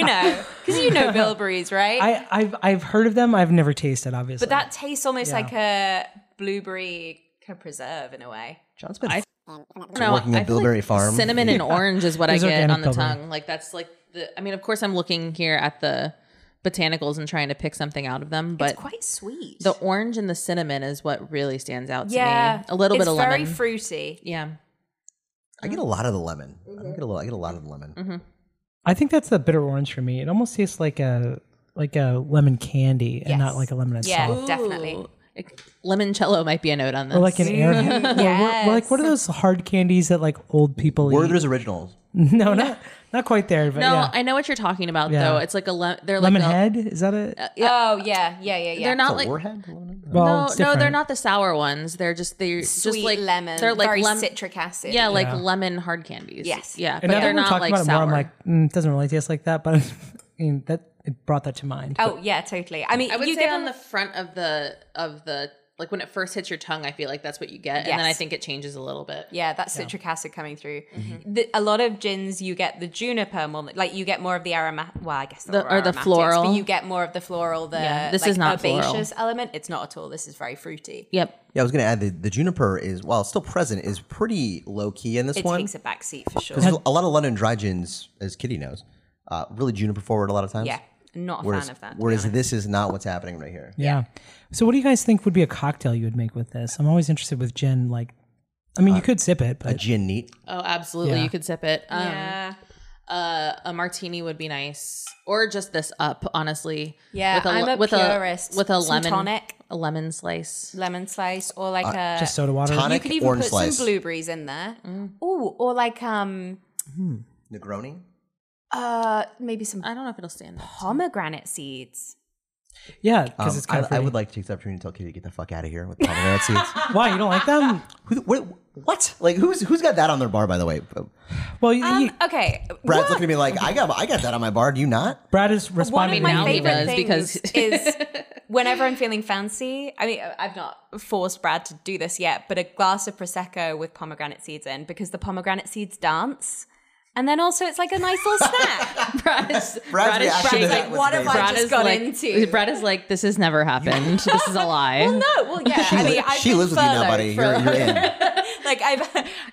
S3: know, because you know bilberries, right?
S2: I, I've I've heard of them. I've never tasted, obviously.
S3: but that tastes almost like a blueberry kind of preserve in a way.
S1: John's been
S4: No,
S1: working at
S4: I feel
S1: Bilberry Farm.
S4: Cinnamon and orange is what I
S2: These
S4: get
S2: organic
S4: on the
S2: Bilberry.
S4: tongue. Like that's like the. I mean, of course, I'm looking here at the botanicals and trying to pick something out of them, but
S3: It's quite sweet.
S4: the orange and the cinnamon is what really stands out to
S3: yeah,
S4: me. A little
S3: it's
S4: bit of
S3: very
S4: lemon.
S3: fruity.
S4: yeah,
S1: I get a lot of the lemon.
S3: Mm-hmm.
S1: I don't get a lot. I get a lot of the lemon.
S2: I think that's the bitter orange for me. It almost tastes like a like a lemon candy and not
S3: Yes.
S2: like a lemon
S3: Yeah.
S2: itself.
S3: Definitely.
S4: Ooh, like, limoncello might be a note on this.
S2: Or like an air. or we're- we're like what are those hard candies that like old people eat?
S1: Werther's originals.
S2: no, not not quite there. But
S4: no,
S2: yeah.
S4: I know what you're talking about
S2: Yeah.
S4: though. It's like a le- they're like
S2: lemon
S4: a-
S2: head is that it?
S3: Oh yeah, yeah, yeah, yeah.
S4: They're
S1: It's
S4: not
S1: a
S4: like
S1: warhead. Lemon?
S3: Mm-hmm.
S2: well,
S4: no,
S2: it's
S4: no, they're
S2: different.
S4: not the sour ones. They're just they
S3: sweet
S4: just like
S3: lemon.
S4: They're like
S3: very
S4: lemon.
S3: citric acid.
S4: yeah, like
S2: Yeah.
S4: lemon hard candies.
S3: Yes.
S4: yeah,
S2: And
S4: but
S2: now that we're
S4: they're not
S2: talking
S4: like
S2: about it
S4: sour.
S2: more, I'm like, mm, it doesn't really taste like that. But I mean, that it brought that to mind.
S3: Oh yeah, totally. I mean,
S4: I would
S3: you
S4: say
S3: get
S4: on the front of the of the like when it first hits your tongue, I feel like that's what you get, and then
S3: Yes.
S4: I think it changes a little bit.
S3: Yeah, that's citric acid coming through.
S4: Mm-hmm.
S3: The, a lot of gins, you get the juniper more, like you get more of the aromatic. Well, I guess
S4: The-
S3: the,
S4: or the floral.
S3: but you get more of the floral. The
S4: Yeah, this
S3: like,
S4: is not floral.
S3: herbaceous element. It's not at all. This is very fruity.
S4: Yep.
S1: Yeah, I was going to add the, the juniper is while it's still present is pretty low key in this
S3: It
S1: one.
S3: takes a backseat for sure.
S1: 'Cause there's a lot of London dry gins, as Kitty knows, uh, really juniper forward a lot of times.
S3: Yeah, not a
S1: Whereas,
S3: fan of that. to be
S1: whereas
S3: honest.
S1: this is not what's happening right here.
S2: yeah. So, what do you guys think would be a cocktail you would make with this? I'm always interested with gin. Like, I mean, you could sip it,
S1: Uh, A
S2: but
S1: gin neat.
S4: Oh, absolutely.
S2: Yeah.
S4: You could sip it. Um,
S3: yeah,
S4: uh, a martini would be nice, or just this up, honestly.
S3: yeah.
S4: le-
S3: I'm a purist.
S4: A, with a
S3: Some
S4: lemon, Uh,
S3: tonic,
S4: a lemon slice.
S3: lemon slice, or like a
S2: just soda water.
S1: Tonic,
S3: You could even
S1: orange
S3: put
S1: slice.
S3: some blueberries in there.
S4: Mm.
S3: Ooh, or like um
S1: Negroni.
S3: uh maybe some
S4: I don't know if it'll stand. up.
S3: pomegranate seeds.
S2: yeah, because
S1: Um,
S2: it's kind
S1: I, I
S2: of.
S1: would like to take the opportunity to tell Kitty to get the fuck out of here with pomegranate seeds.
S2: Why you don't like them?
S1: Who, what, what? Like who's who's got that on their bar? By the way, Uh,
S2: Well, you,
S3: Um,
S2: you-
S3: okay.
S1: Brad's looking at me like I got I got that on my bar. Do you not?
S2: Brad is
S3: One
S2: responding.
S3: of
S2: to
S3: my
S4: now he
S2: me.
S3: favorite
S4: does
S3: things
S4: because-
S3: is whenever I'm feeling fancy. I mean, I've not forced Brad to do this yet, but a glass of prosecco with pomegranate seeds in because the pomegranate seeds dance, and then also it's like a nice little snack.
S4: Brad is,
S1: Brad's
S4: Brad is
S1: reaction to
S4: shaking.
S1: that
S3: like,
S1: was
S3: what have
S1: amazing.
S3: I
S4: Brad
S3: just
S4: is
S3: got
S4: like,
S3: into?
S4: Brad is like, this has never happened. this is a lie.
S3: well, no, well, yeah.
S1: She,
S3: I mean,
S1: li-
S3: I've
S1: she
S3: been
S1: lives with you now,
S3: furloughed
S1: buddy.
S3: for
S1: You're,
S3: a
S1: you're in.
S3: like I've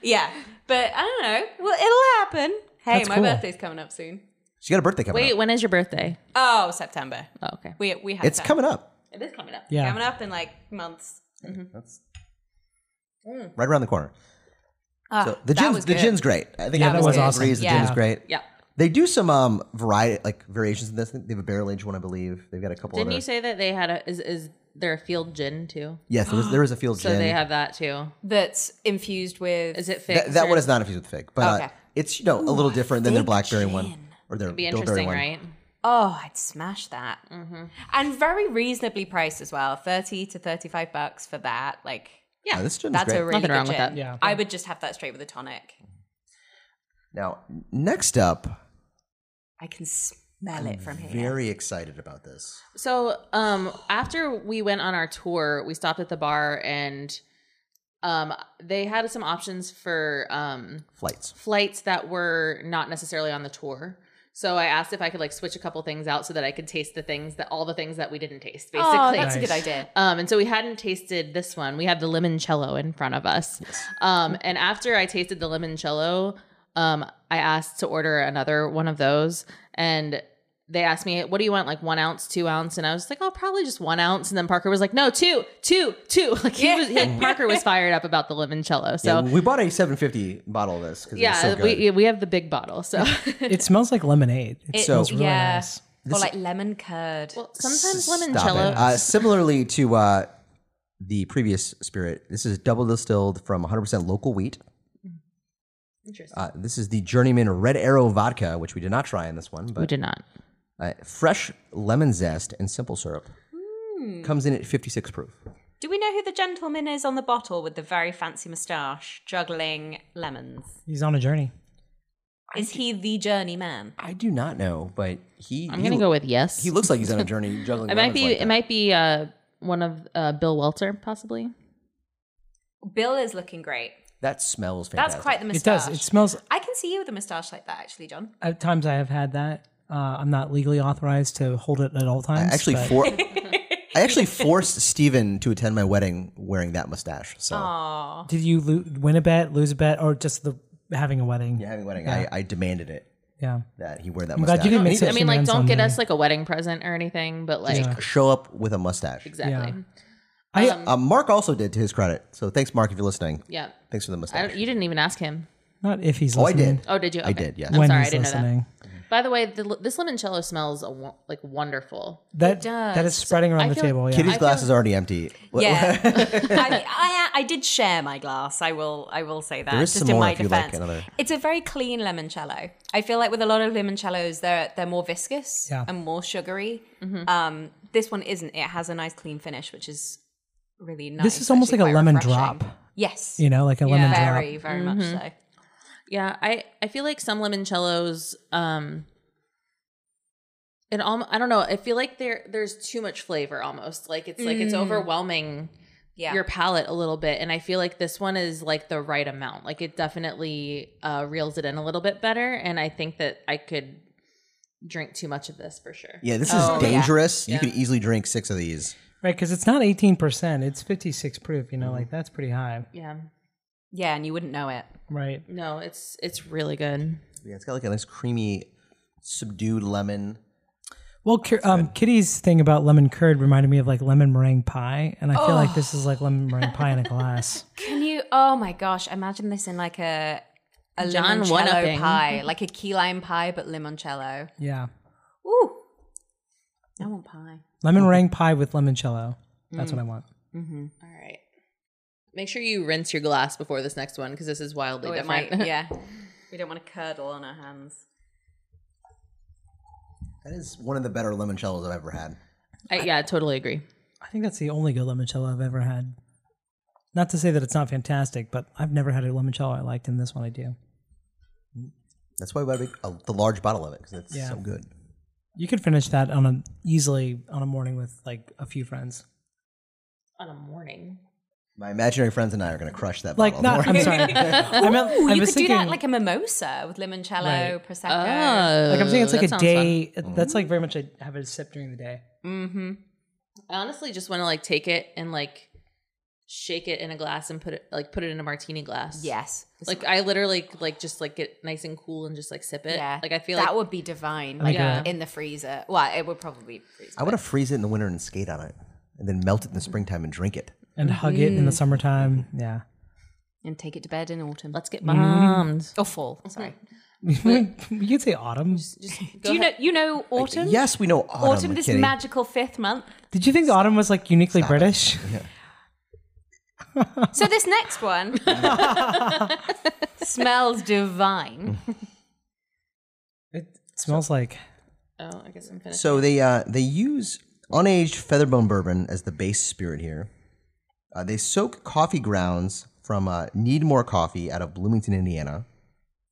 S3: yeah, but I don't know. Well, it'll happen. Hey,
S2: That's
S3: my
S2: cool.
S3: birthday's coming up soon.
S1: She got a birthday coming
S4: Wait,
S1: up.
S4: when is your birthday?
S3: Oh, September.
S4: Oh, okay.
S3: We we have
S1: It's
S3: time.
S1: coming up,
S4: It is coming up.
S2: Yeah.
S3: coming up in like months.
S1: right around the corner.
S3: Ah,
S1: So the
S3: that
S1: gin's
S3: was
S1: the
S3: good.
S1: gin's great. I think
S2: Yeah,
S1: everyone
S2: that was
S1: agrees
S2: awesome.
S1: The
S3: Yeah.
S1: gin's great.
S4: Yeah.
S1: They do some um variety like variations of this. They have a barrel aged one, I believe. They've got a couple.
S4: Didn't
S1: other,
S4: you say that they had a is is there a field gin too?
S1: Yes, there is, there is a field
S4: So
S1: gin.
S4: they have that too.
S3: that's infused with
S4: Is it fixed?
S1: Th- that
S4: or-
S1: one is not infused with fig, but uh,
S3: Okay.
S1: it's you know a little different than their blackberry one or their
S4: be
S1: bilberry
S4: interesting,
S1: one.
S4: right?
S3: oh, I'd smash that, and very reasonably priced as well, thirty to thirty-five bucks for that. Like
S4: Yeah.
S1: Uh, this gin's
S3: that's
S1: great.
S3: a really
S4: Nothing
S3: good
S4: wrong with
S3: gin.
S4: that.
S2: Yeah.
S3: I would just have that straight with a tonic.
S1: now next up,
S3: I can smell it from here.
S1: very excited about this.
S4: So, um, after we went on our tour, we stopped at the bar and um, they had some options for um,
S1: Flights.
S4: flights that were not necessarily on the tour. So I asked if I could like switch a couple things out so that I could taste the things that all the things that we didn't taste, basically.
S3: oh, that's a
S2: Nice.
S3: good idea.
S4: Um, and so we hadn't tasted this one. We had the limoncello in front of us. Um, and after I tasted the limoncello, um, I asked to order another one of those, and they asked me, "What do you want? Like one ounce, two ounce?" And I was like, "Oh, probably just one ounce." And then Parker was like, "No, two, two, two. Like he
S3: Yeah.
S4: was, he, Parker was fired up about the limoncello.
S1: Yeah,
S4: So
S1: we bought a 750 bottle of this because
S4: yeah,
S1: it's so good.
S4: we we have the big bottle. So
S2: It smells like lemonade. It's
S3: It-
S1: so-
S2: really
S3: yeah.
S2: nice.
S3: or like lemon curd.
S4: well, sometimes
S1: Stop it.
S4: limoncello.
S1: Uh, similarly to uh, the previous spirit, this is double distilled from 100% local wheat.
S4: Mm-hmm. Interesting.
S1: Uh, this is the Journeyman Red Arrow Vodka, which we did not try in this one,
S4: we
S1: but
S4: did not.
S1: uh, fresh lemon zest and simple syrup.
S4: Hmm.
S1: Comes in at 56 proof.
S3: Do we know who the gentleman is on the bottle with the very fancy moustache juggling lemons?
S2: He's on a journey.
S3: Is he the journeyman?
S1: I do not know, but he
S4: I'm
S1: he-
S4: gonna go with yes.
S1: He looks like he's on a journey juggling.
S4: it might
S1: lemons
S4: be
S1: like
S4: it
S1: that.
S4: might be uh, one of uh, Bill Welter possibly.
S3: Bill is looking great.
S1: That smells
S3: That's
S1: fantastic.
S3: quite the
S2: It
S3: moustache.
S2: does. It smells.
S3: I can see you with a moustache like that, actually, John.
S2: At times I have had that. Uh, I'm not legally authorized to hold it at all
S1: I
S2: times.
S1: actually
S2: but-
S1: for I actually forced Steven to attend my wedding wearing that mustache. So
S3: Aww.
S2: did you lo- win a bet, lose a bet, or just the having a wedding?
S1: yeah, having a wedding, I, I demanded it
S2: Yeah.
S1: that he wear that
S2: I'm
S1: mustache.
S2: glad you didn't make
S4: I
S2: such
S4: mean, like,
S2: demands
S4: don't
S2: on
S4: get
S2: me.
S4: us like a wedding present or anything, but like
S1: show up with a mustache.
S4: exactly.
S2: I-
S4: um,
S1: Uh, Mark also did to his credit. So thanks, Mark, if you're listening.
S4: Yeah.
S1: Thanks for the
S4: I
S1: mustache.
S4: don't, you didn't even ask him.
S2: Not if he's
S1: Oh, I
S2: listening.
S1: did.
S4: Oh, did you?
S1: I
S4: Okay.
S1: did, yeah.
S4: I'm
S2: When
S4: sorry, I
S2: he's
S4: didn't know that.
S2: listening.
S4: By the way, the, this limoncello smells a, wo- like wonderful.
S2: that.
S3: does.
S2: that is spreading around
S4: I
S2: the
S4: feel-
S2: table. Yeah.
S1: Kitty's
S4: I
S1: glass
S4: feel-
S1: is already empty. What-
S3: Yeah, I, uh, I I did share my glass. I will I will say that
S1: There is
S3: just
S1: some
S3: in
S1: more
S3: my
S1: if you'd like
S3: defense.
S1: another.
S3: It's a very clean limoncello. I feel like with a lot of limoncellos, they're they're more viscous
S2: Yeah.
S3: and more sugary.
S1: Mm-hmm.
S3: Um, this one isn't. It has a nice clean finish, which is really nice.
S2: This is almost
S3: actually
S2: like a
S3: quite
S2: lemon
S3: refreshing.
S2: drop.
S3: Yes,
S2: You know, like a lemon drop.
S3: very very much
S1: Mm-hmm.
S3: so.
S4: Yeah, I I feel like some limoncellos um it alm- I don't know, I feel like there there's too much flavor almost. Like it's like it's overwhelming
S3: Yeah,
S4: your palate a little bit and I feel like this one is like the right amount. Like it definitely uh reels it in a little bit better and I think that I could drink too much of this for sure.
S1: Yeah, this is
S3: Oh, yeah.
S1: dangerous. You could easily drink six of these.
S2: Right, because it's not 18%, it's 56 proof, you
S1: Mm.
S2: know, like that's pretty high.
S4: Yeah.
S3: yeah, and you wouldn't know it.
S2: Right.
S4: No, it's it's really good.
S1: Yeah, it's got like a nice creamy, subdued lemon.
S2: Well, Ki- um, Kitty's thing about lemon curd reminded me of like lemon meringue pie, and I feel
S4: Oh.
S2: like this is like lemon meringue pie in a glass.
S3: Can you? Oh my gosh! Imagine this in like a a
S4: John
S3: limoncello
S4: one-upping.
S3: pie, like a key lime pie, but limoncello.
S2: Yeah,
S3: Ooh, I want pie.
S2: lemon meringue pie with limoncello. That's what I want.
S4: All right. Make sure you rinse your glass before this next one because this is wildly
S3: Oh, it
S4: different.
S3: might. Yeah, we don't want to curdle on our hands.
S1: That is one of the better limoncellos I've ever had.
S4: I, yeah, totally agree.
S2: I think that's the only good limoncello I've ever had. Not to say that it's not fantastic, but I've never had a limoncello I liked, and this one I do.
S1: That's why we had a- the large bottle of it because it's so good.
S2: You could finish that on a easily on a morning with like a few friends.
S4: On a morning.
S1: My imaginary friends and I are going to crush that
S2: Like,
S1: bottle.
S2: not. I'm sorry. I meant,
S3: Ooh,
S2: I
S3: you
S2: was
S3: could do
S2: thinking,
S3: that like a mimosa with limoncello, prosecco.
S4: Oh,
S2: like I'm saying, it's
S4: that
S2: like a
S4: sounds
S2: day. That's like very much. I have a sip during the day.
S3: Mm-hmm.
S4: fun. I honestly just want to like take it and like shake it in a glass and put it like put it in a martini glass.
S3: Yes,
S4: Like I literally like just like get nice and cool and just like sip it.
S3: yeah.
S4: Like I feel
S3: that
S4: like
S3: would be divine. Like
S4: Yeah.
S3: in the freezer. Well, it would probably freeze.
S1: I want to freeze it in the winter and skate on it, and then melt it in the springtime and drink it.
S3: Mm-hmm.
S2: and hug it in the summertime. Yeah.
S3: and take it to bed in autumn
S4: let's get bombed.
S3: or fall. Sorry.
S2: you could say autumn.
S4: Just Mm-hmm. go
S3: Do you know?
S4: ahead.
S3: You know autumn.
S1: Yes, we know autumn.
S3: Autumn, this
S1: Kitty.
S3: magical fifth month.
S2: Did you think autumn was like uniquely British?
S3: So this next one smells divine.
S2: It smells like
S4: Oh, I guess I'm finished.
S1: So they uh, they use unaged featherbone bourbon as the base spirit here. Uh, they soak coffee grounds from uh, Needmore Coffee out of Bloomington, Indiana,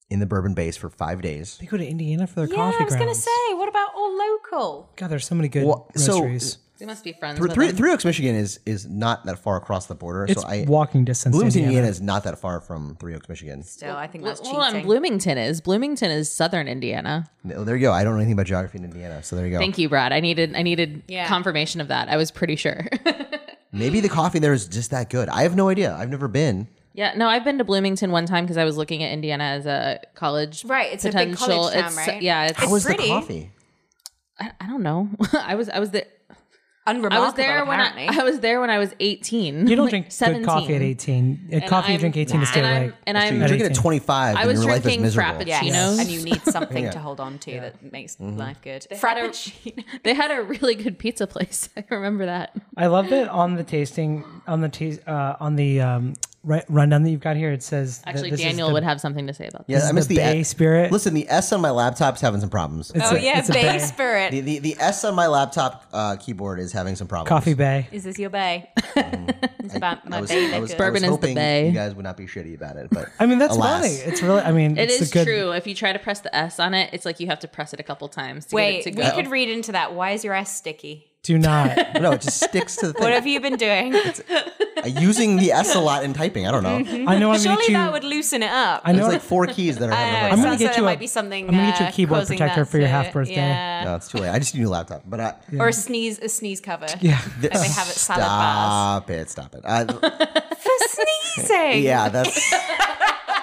S1: in the bourbon base for five days.
S2: they go to Indiana for their
S3: Yeah,
S2: coffee
S3: I was gonna
S2: grounds.
S3: say, what about all local?
S2: God, there's so many good
S1: Well, so-
S2: roasteries.
S4: they must be friends.
S1: Three,
S4: with
S1: three,
S4: them.
S1: Three Oaks, Michigan is is not that far across the border.
S2: it's
S1: so I
S2: walking distance. to
S1: Bloomington,
S2: Indiana.
S1: Indiana is not that far from Three Oaks, Michigan.
S3: Still, I think
S4: Well,
S3: that's
S4: hold on,
S3: cheating.
S4: Bloomington is Bloomington is southern Indiana.
S1: No, there you go. I don't know anything about geography in Indiana, so there you go.
S4: Thank you, Brad. I needed I needed
S3: Yeah.
S4: confirmation of that. I was pretty sure.
S1: Maybe the coffee there is just that good. I have no idea. I've never been.
S4: Yeah, no, I've been to Bloomington one time because I was looking at Indiana as a college
S3: Right, it's a big college town,
S4: it's,
S3: right?
S4: Yeah, it's,
S1: How is
S3: pretty.
S1: the coffee?
S4: I, I don't know. I was I was there. I
S3: Unremarkable.
S4: was there when I,
S3: apparently.
S4: I was there when I was 18.
S2: You don't
S4: Like,
S2: drink good coffee at 18. Uh, coffee you
S4: I'm-
S2: drink 18 to stay
S4: and I'm,
S2: awake.
S4: and
S2: That's
S4: I'm
S2: true.
S1: You're drinking at 25
S4: I
S1: and
S4: was
S1: your life is
S4: drinking
S1: miserable.
S4: frappuccino.
S3: Yes.
S4: Chinos.
S3: and you need something
S1: Yeah.
S3: to hold on to that makes
S2: Mm-hmm.
S3: life good.
S4: had a-
S3: Frappuccino.
S4: they had a really good pizza place. I remember that.
S2: I love that on the tasting on the ta- uh, on the um, ri- rundown that you've got here. It says that
S4: Actually,
S2: this is
S4: Daniel
S2: the-
S4: would have something to say about that.
S1: Yeah, I
S2: is
S1: miss
S2: the
S1: the,
S2: Bay
S1: S-
S2: spirit.
S1: Listen, the S on my laptop's having some problems.
S2: It's
S3: Oh
S2: a-
S3: yeah,
S2: it's a
S3: bay,
S2: bay.
S3: spirit.
S1: The, the, the S on my laptop uh, keyboard is having some problems.
S2: coffee bay.
S3: Is this your bay?
S2: Mm.
S3: it's about my
S1: I was,
S3: bay.
S1: I was, I
S3: liquor.
S4: Bourbon
S1: was
S4: is the
S1: hoping
S4: bay.
S1: You guys would not be shitty about it, but
S2: I mean, that's
S1: alas.
S2: funny. It's really. I mean,
S4: It
S2: it's
S4: is
S2: a good,
S4: true. If you try to press the S on it, it's like you have to press it a couple times to
S3: Wait,
S4: get it
S3: we
S4: to go.
S3: could read into that. Why is your ass sticky?
S2: Do not.
S1: No, it just sticks to the thing.
S3: What have you been doing?
S1: Uh, using the S a lot in typing. I don't know.
S2: I know. I'm gonna
S3: Surely
S2: get you.
S3: that would loosen it up.
S2: I know.
S1: There's like four keys that are
S3: I
S1: having.
S3: don't
S2: I'm
S1: a
S3: know,
S2: gonna
S3: so- so
S2: get
S3: there
S2: you a-
S3: might be something.
S2: I'm gonna get you a
S3: uh,
S2: keyboard
S3: causing
S2: protector
S3: that
S2: for your
S3: to-
S2: half birthday.
S3: Yeah.
S1: No, it's too late. I just need a new laptop, but uh, I,
S3: Or a sneeze, a sneeze cover.
S2: yeah.
S1: th-
S3: they have it salad
S1: stop it, stop it. I,
S3: For sneezing.
S1: yeah, that's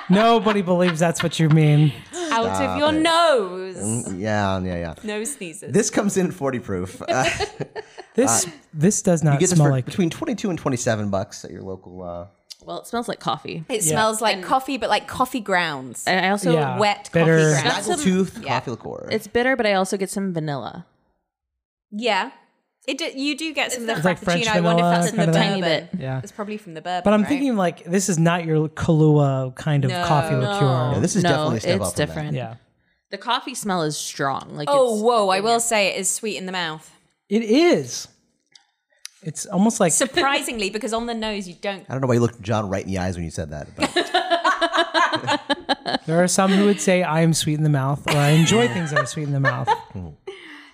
S2: Nobody believes that's what you mean.
S1: Uh,
S3: Out of your
S1: it.
S2: Mm.
S3: nose.
S1: yeah, yeah, yeah.
S3: No sneezes.
S1: This comes in 40 proof. Uh,
S2: This this does
S1: you
S2: not
S1: get this
S2: smell
S1: for
S2: like.
S1: between 22 and 27 bucks at your local. Uh,
S4: Well, it smells like coffee.
S3: it smells like coffee, but like coffee grounds.
S4: And I also
S2: Yeah.
S3: wet
S2: Bitter.
S3: coffee grounds.
S1: Snaggletooth
S3: yeah.
S1: coffee liqueur.
S4: it's bitter, but I also get some vanilla.
S3: Yeah. It do, you do get some of the
S2: like French
S3: frappuccino. I wonder if
S2: vanilla,
S3: that's from the
S2: kind of
S3: bourbon.
S4: thing. Tiny bit.
S2: Yeah.
S3: It's probably from the bourbon.
S2: But I'm
S3: right?
S2: thinking like this is not your Kahlua kind of coffee
S3: No.
S2: liqueur.
S1: Yeah, this is
S4: no,
S1: definitely a step
S4: it's
S1: up from that.
S4: different.
S2: yeah.
S4: The coffee smell is strong. Like
S3: Oh,
S4: it's,
S3: whoa! I will say it is sweet in the mouth.
S2: It is. It's almost like
S3: Surprisingly, because on the nose you don't.
S1: I don't know why you looked John right in the eyes when you said that. But
S2: there are some who would say I am sweet in the mouth or I enjoy things that are sweet in the mouth.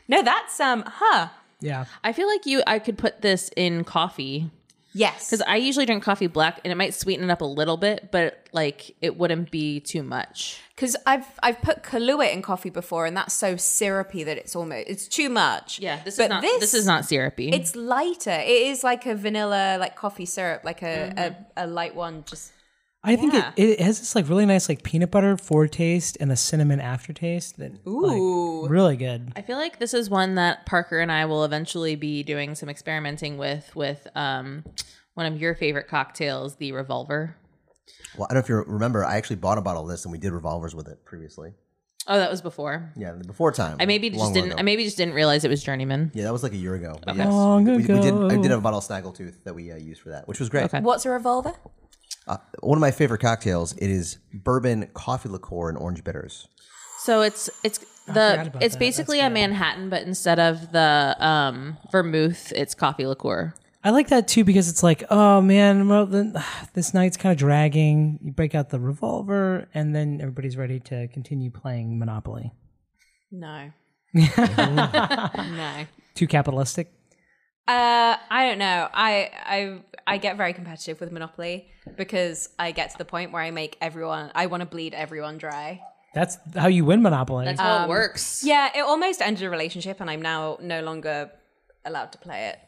S3: No, that's um, huh?
S2: Yeah.
S4: I feel like you. I could put this in coffee
S3: Yes.
S4: because I usually drink coffee black, and it might sweeten it up a little bit, but like it wouldn't be too much.
S3: Because I've I've put Kahlua in coffee before, and that's so syrupy that it's almost it's too much.
S4: Yeah, this
S3: But
S4: is not. This, is not syrupy.
S3: It's lighter. It is like a vanilla, like coffee syrup, like a
S4: Mm-hmm.
S3: a, a light one. Just
S2: I think
S3: Yeah.
S2: it, it has this like really nice like peanut butter foretaste and a cinnamon aftertaste that
S3: Ooh.
S2: like, really good.
S4: I feel like this is one that Parker and I will eventually be doing some experimenting with with um one of your favorite cocktails, the Revolver.
S1: well, I don't know if you remember, I actually bought a bottle of this and we did revolvers with it previously.
S4: Oh, that was before.
S1: Yeah, before time.
S4: I maybe
S1: Long,
S4: just
S1: long
S4: didn't.
S1: ago.
S4: I maybe just didn't realize it was Journeyman.
S1: Yeah, that was like a year ago. but
S4: Okay.
S1: yes.
S2: Long
S1: we, we did. I
S2: ago.
S1: did have a bottle of Snaggletooth that we uh, used for that, which was great.
S4: Okay.
S3: what's a revolver?
S1: Uh, one of my favorite cocktails. It is bourbon, coffee liqueur, and orange bitters.
S4: So it's it's
S2: forgot
S4: the
S2: about
S4: it's
S2: that.
S4: basically a Manhattan, but instead of the um vermouth, it's coffee liqueur.
S2: I like that too because it's like, oh man, well, then, this night's kind of dragging. You break out the revolver, and then everybody's ready to continue playing Monopoly.
S3: No. no.
S2: Too capitalistic.
S3: Uh, I don't know. I I I get very competitive with Monopoly because I get to the point where I make everyone. I want to bleed everyone dry.
S2: That's how you win Monopoly.
S4: That's how it works.
S3: Um, Yeah, it almost ended a relationship, and I'm now no longer allowed to play it.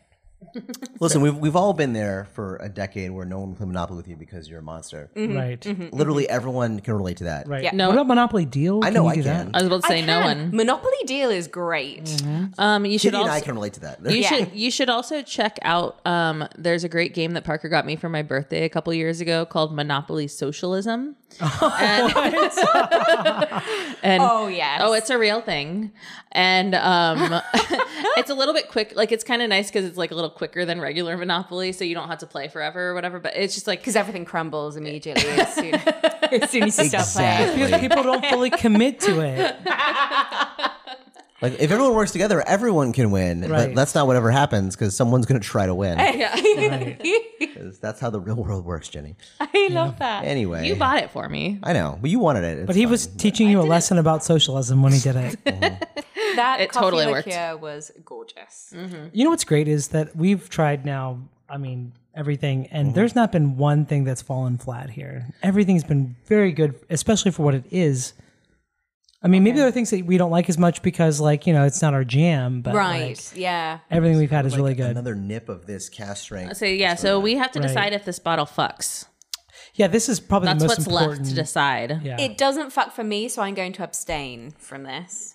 S1: Listen, we've we've all been there for a decade where no one will play Monopoly with you because you're a monster.
S4: Mm,
S2: right.
S1: Literally, everyone can relate to that.
S2: Right.
S3: Mm-hmm. Yeah.
S2: No. What about Monopoly deal?
S1: I know
S2: you
S1: I
S2: do
S1: can.
S4: I was about to say
S3: I
S4: no
S3: can.
S4: one.
S3: Hmm. Monopoly deal is great.
S4: Um, you should
S1: Kitty and I
S4: also
S1: can relate to that.
S4: You
S1: Yeah.
S4: should you should also check out um there's a great game that Parker got me for my birthday a couple years ago called Monopoly Socialism. and, and-
S3: Oh yes.
S4: oh, it's a real thing. And um it's a little bit quick like it's kind of nice cuz it's like a little quicker than regular Monopoly so you don't have to play forever or whatever, but it's just like
S3: because everything crumbles immediately as soon as, soon as you stop playing.
S2: Because
S1: Exactly.
S2: people don't fully commit to it.
S1: like if everyone works together, everyone can win. But
S2: Right.
S1: that's not whatever happens because someone's going to try to win.
S2: Right.
S1: that's how the real world works, Jenny.
S3: I love that.
S1: Anyway,
S4: you bought it for me.
S1: I know, but you wanted it.
S2: But he was teaching you a lesson about socialism when he did it.
S3: That
S4: It
S3: coffee
S4: totally worked.
S3: liqueur was gorgeous.
S2: you know what's great is that we've tried now, I mean, everything, and
S1: Mm-hmm.
S2: there's not been one thing that's fallen flat here. Everything's been very good, especially for what it is. I mean, maybe there are things that we don't like as much because, like, you know, it's not our jam, but
S3: Right?
S2: like,
S3: yeah.
S2: everything we've had is really good.
S1: another nip of this cast strength.
S4: So yeah, so we have to
S2: Right.
S4: decide if this bottle fucks.
S2: yeah, this is probably
S4: That's
S2: the most
S4: what's
S2: important.
S4: left to decide.
S2: Yeah.
S3: It doesn't fuck for me, so I'm going to abstain from this.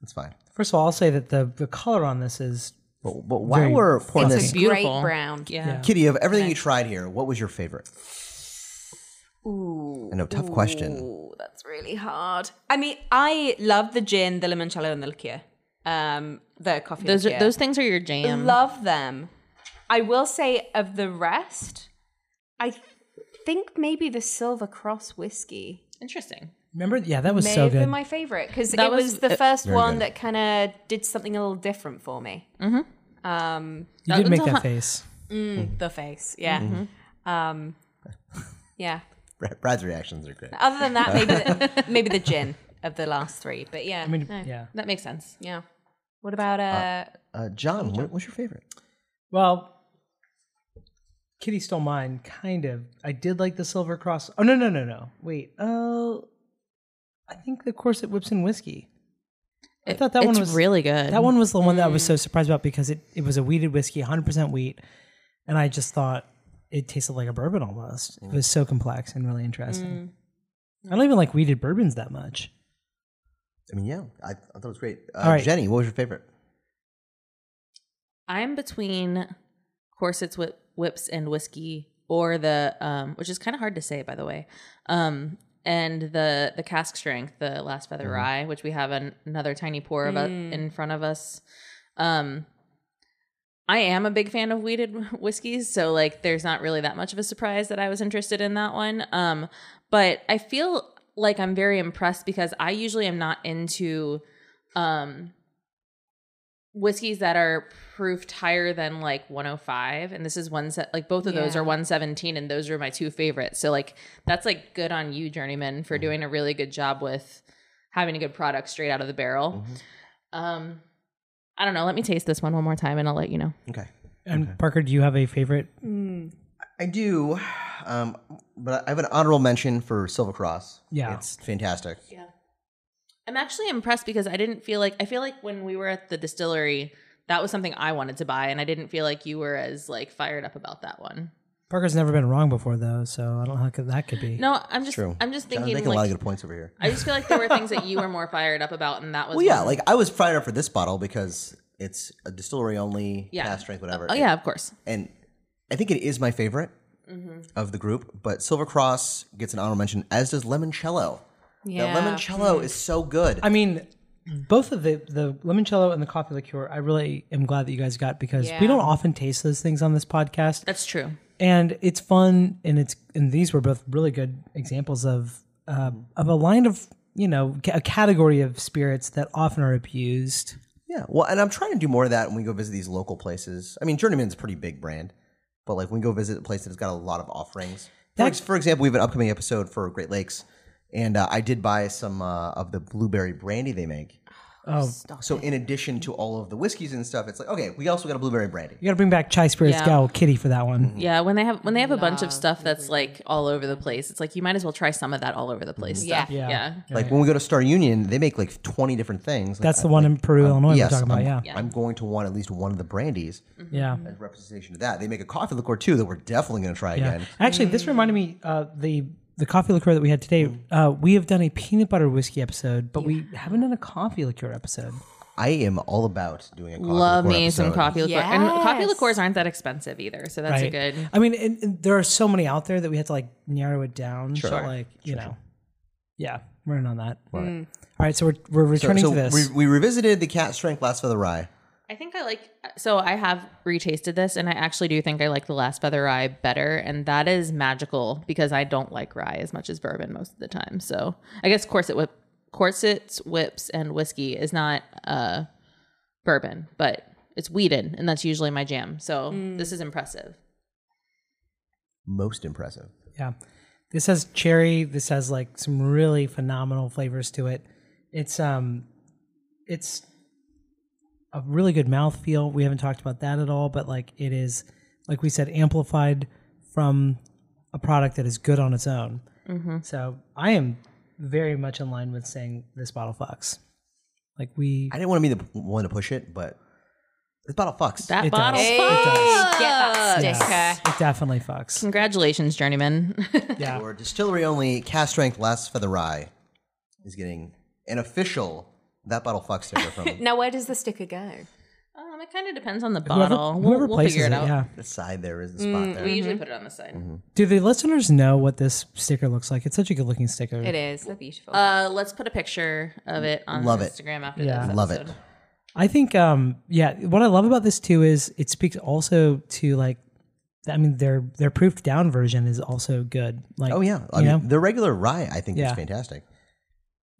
S1: That's fine.
S2: First of all, I'll say that the, the color on this is
S1: But, but while
S2: Very
S1: we're pouring
S3: It's
S1: this,
S3: a
S4: Beautiful.
S3: great brown.
S4: Yeah.
S1: Kitty, of everything you tried here, what was your favorite?
S3: Ooh.
S1: I know, tough question.
S3: Ooh, that's really hard. I mean, I love the gin, the limoncello, and the liqueur. Um, the coffee.
S4: Those are,
S3: liqueur.
S4: those things are your jam.
S3: Love them. I will say of the rest, I think maybe the Silver Cross whiskey
S4: Interesting.
S2: remember. Yeah, that was
S3: may
S2: so
S3: have
S2: good.
S3: been my favorite because
S4: That
S3: it was,
S4: was-
S3: the
S4: uh,
S3: first
S1: Very
S3: one
S1: good.
S3: that kind of did something a little different for me. Mm-hmm. Um,
S2: you did
S4: That-
S2: make that face.
S3: the face, yeah,
S2: Mm-hmm.
S3: um, yeah.
S1: Brad's reactions are great.
S3: Other than that, maybe the, maybe the gin of the last three, but yeah,
S2: I mean, yeah.
S4: That makes sense.
S3: yeah. What about uh?
S1: Uh, John, what was your favorite?
S2: Well, Kitty stole mine, kind of. I did like the Silver Cross. Oh no, no, no, no. Wait. Oh, I think the Corset Whips and Whiskey. I thought that one
S4: it's
S2: was
S4: really good.
S2: That one was the one that I was so surprised about because it, it was a weeded whiskey, 100% wheat. And I just thought it tasted like a bourbon almost. It was so complex and really
S4: Mm.
S2: interesting. I don't even like weeded bourbons that much.
S1: I mean, yeah, I, I thought it was great. Uh,
S2: All right.
S1: Jenny, what was your favorite?
S4: I'm between corsets, whip, whips, and whiskey, or the um, which is kind of hard to say, by the way. Um, and the the cask strength, the last feather rye, which we have an, another tiny pour of uh in front of us. Um, I am a big fan of weeded whiskeys, so like there's not really that much of a surprise that I was interested in that one. Um, but I feel like I'm very impressed because I usually am not into um whiskeys that are proofed higher than like 105 and this is one set like both of those
S3: Yeah.
S4: are 117 and those are my two favorites so like that's like good on you journeyman for doing a really good job with having a good product straight out of the barrel
S1: Mm-hmm.
S4: um i don't know let me taste this one one more time and i'll let you know
S1: Okay.
S2: And Parker, do you have a favorite?
S1: I do, um, but I have an honorable mention for Silver Cross.
S2: Yeah.
S1: It's fantastic.
S4: i'm actually impressed because i didn't feel like i feel like when we were at the distillery that was something i wanted to buy and i didn't feel like you were as like fired up about that one
S2: Parker's never been wrong before, though, so I don't know how could- that could be.
S4: no i'm just
S1: True.
S4: i'm just
S1: John's
S4: thinking
S1: making a lot
S4: like
S1: of good points over here.
S4: I just feel like there were things that you were more fired up about, and that was
S1: Well, yeah,
S4: one-
S1: like I was fired up for this bottle because it's a distillery only,
S4: Yeah.
S1: cast strength, whatever.
S4: oh yeah, of course.
S1: and I think it is my favorite of the group. But Silver Cross gets an honorable mention, as does Lemoncello.
S3: Yeah.
S1: That Lemoncello is so good.
S2: I mean, both of the the limoncello and the coffee liqueur, I really am glad that you guys got because we
S3: Yeah.
S2: don't often taste those things on this podcast.
S4: That's true.
S2: and it's fun and it's and these were both really good examples of uh, of a line of you know ca- a category of spirits that often are abused
S1: yeah, well, and I'm trying to do more of that when we go visit these local places. I mean, Journeyman's a pretty big brand, but like when we go visit a place that's got a lot of offerings. For, ex- for example, we have an upcoming episode for Great Lakes, and uh, I did buy some uh, of the blueberry brandy they make.
S2: oh
S1: So in addition to all of the whiskeys and stuff, it's like okay, we also got a blueberry brandy.
S2: you gotta bring back chai spirits
S4: Yeah.
S2: gal kitty for that one
S4: Yeah, when they have when they have a bunch of stuff that's like all over the place, it's like you might as well try some of that all over the place.
S3: Yeah.
S4: stuff.
S2: Yeah.
S4: yeah.
S1: Like when we go to Star Union, they make like 20 different things.
S2: that's the one in peru illinois
S1: yes,
S2: we're talking about
S1: I'm,
S2: yeah
S1: I'm going to want at least one of the brandies
S4: Mm-hmm.
S2: yeah
S1: as representation of that. They make a coffee liqueur too that we're definitely going to try
S2: Yeah.
S1: again.
S2: Actually, this reminded me uh, the the coffee liqueur that we had today. Uh, we have done a peanut butter whiskey episode, but we haven't done a coffee liqueur episode.
S1: I am all about doing a coffee
S4: Love
S1: liqueur
S4: me some
S1: episode.
S4: coffee liqueur, and coffee
S3: Yes.
S4: liqueurs aren't that expensive either, so that's a good.
S2: I mean, and, and there are so many out there that we had to like narrow it down. So like you know, yeah, we're in on that. All right, so we're we're
S1: So-
S2: returning
S1: so
S2: to this.
S1: We, we revisited the cat strength last feather rye.
S4: I think I like. So I have retasted this, and I actually do think I like the last feather rye better, and that is magical because I don't like rye as much as bourbon most of the time. So I guess corset whip, corsets, whips, and whiskey is not uh, bourbon, but it's weeded, and that's usually my jam. So this is impressive.
S1: Most impressive.
S2: yeah, this has cherry. This has like some really phenomenal flavors to it. It's um, it's a really good mouthfeel. We haven't talked about that at all, but like it is, like we said, amplified from a product that is good on its own.
S4: Mm-hmm.
S2: So I am very much in line with saying this bottle fucks. Like we,
S1: I didn't want to be the p- one to push it, but this bottle fucks.
S4: That
S2: It does.
S4: bottle,
S2: It
S3: Oh, Get that sticker.
S2: yes, it definitely fucks.
S4: Congratulations, journeyman.
S2: Yeah.
S1: Or distillery only cat strength last feather rye is getting an official That bottle fuck sticker from
S3: Now, where does the sticker go?
S4: Um, it kind of depends on the
S2: Whoever,
S4: bottle. We'll-
S2: whoever
S4: we'll,
S2: places
S4: figure it,
S2: it,
S4: out.
S2: yeah.
S1: the side there is the spot there.
S4: Mm, We usually put it on the side.
S2: Do the listeners know what this sticker looks like? It's such a good looking sticker.
S3: It is. They're beautiful.
S4: Uh, let's put a picture of it on
S1: Love it.
S4: Instagram after
S2: Yeah.
S4: this.
S1: Love it.
S4: episode.
S2: I think, um, yeah, what I love about this too is it speaks also to like, I mean, their their proofed down version is also good. Like,
S1: Oh yeah, I
S2: you know?
S1: mean the regular rye I think
S2: Yeah.
S1: is fantastic,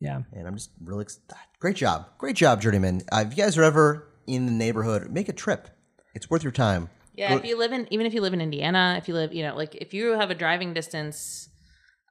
S2: yeah,
S1: and I'm just really ex- ah, great job, great job, Journeyman. Uh, if you guys are ever in the neighborhood, make a trip. It's worth your time.
S4: Yeah, if you live in even if you live in Indiana, if you live, you know, like if you have a driving distance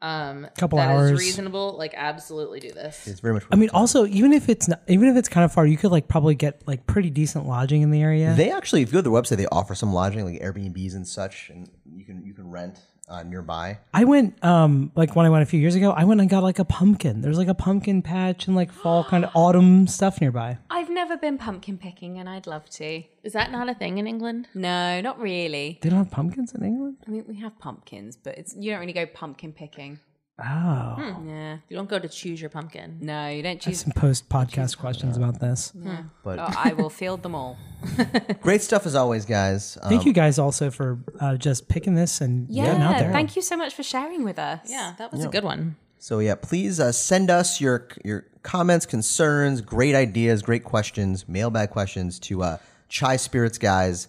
S4: um
S2: Couple
S4: that is
S2: hours.
S4: reasonable, like absolutely do this.
S1: It's very much.
S2: I mean, also even if it's not, even if it's kind of far, you could like probably get like pretty decent lodging in the area.
S1: they actually, if you go to their website, they offer some lodging like Airbnbs and such, and you can you can rent uh, nearby.
S2: I went um like when I went a few years ago, I went and got like a pumpkin. There's like a pumpkin patch and like fall kind of autumn stuff nearby.
S3: I've never been pumpkin picking, and I'd love to.
S4: Is that not a thing in England?
S3: No, not really.
S2: They don't have pumpkins in England?
S3: I mean, we have pumpkins, but it's you don't really go pumpkin picking.
S2: Oh.
S3: Yeah.
S4: You don't go to choose your pumpkin.
S3: No, you don't choose.
S2: Some post podcast questions about this.
S1: But
S3: Oh, I will field them all.
S1: great stuff as always, guys. Um,
S2: Thank you guys also for uh, just picking this and getting out there.
S3: Thank you so much for sharing with us.
S4: Yeah, that was a good one.
S1: So yeah, please uh, send us your your comments, concerns, great ideas, great questions, mailbag questions to uh, chai spirits guys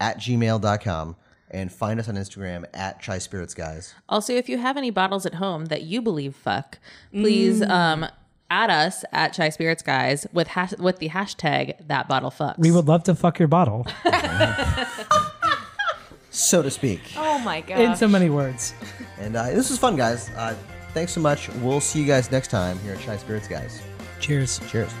S1: at gmail.com and find us on Instagram at chai spirits guys.
S4: Also, if you have any bottles at home that you believe fuck, please
S2: Mm.
S4: um add us at Chai Spirits Guys with hash- with the hashtag that bottle fucks.
S2: We would love to fuck your bottle
S1: So to speak.
S3: Oh my god.
S2: in so many words.
S1: And uh, this was fun, guys. Uh, thanks so much. We'll see you guys next time here at Chai Spirits Guys.
S2: Cheers.
S1: Cheers.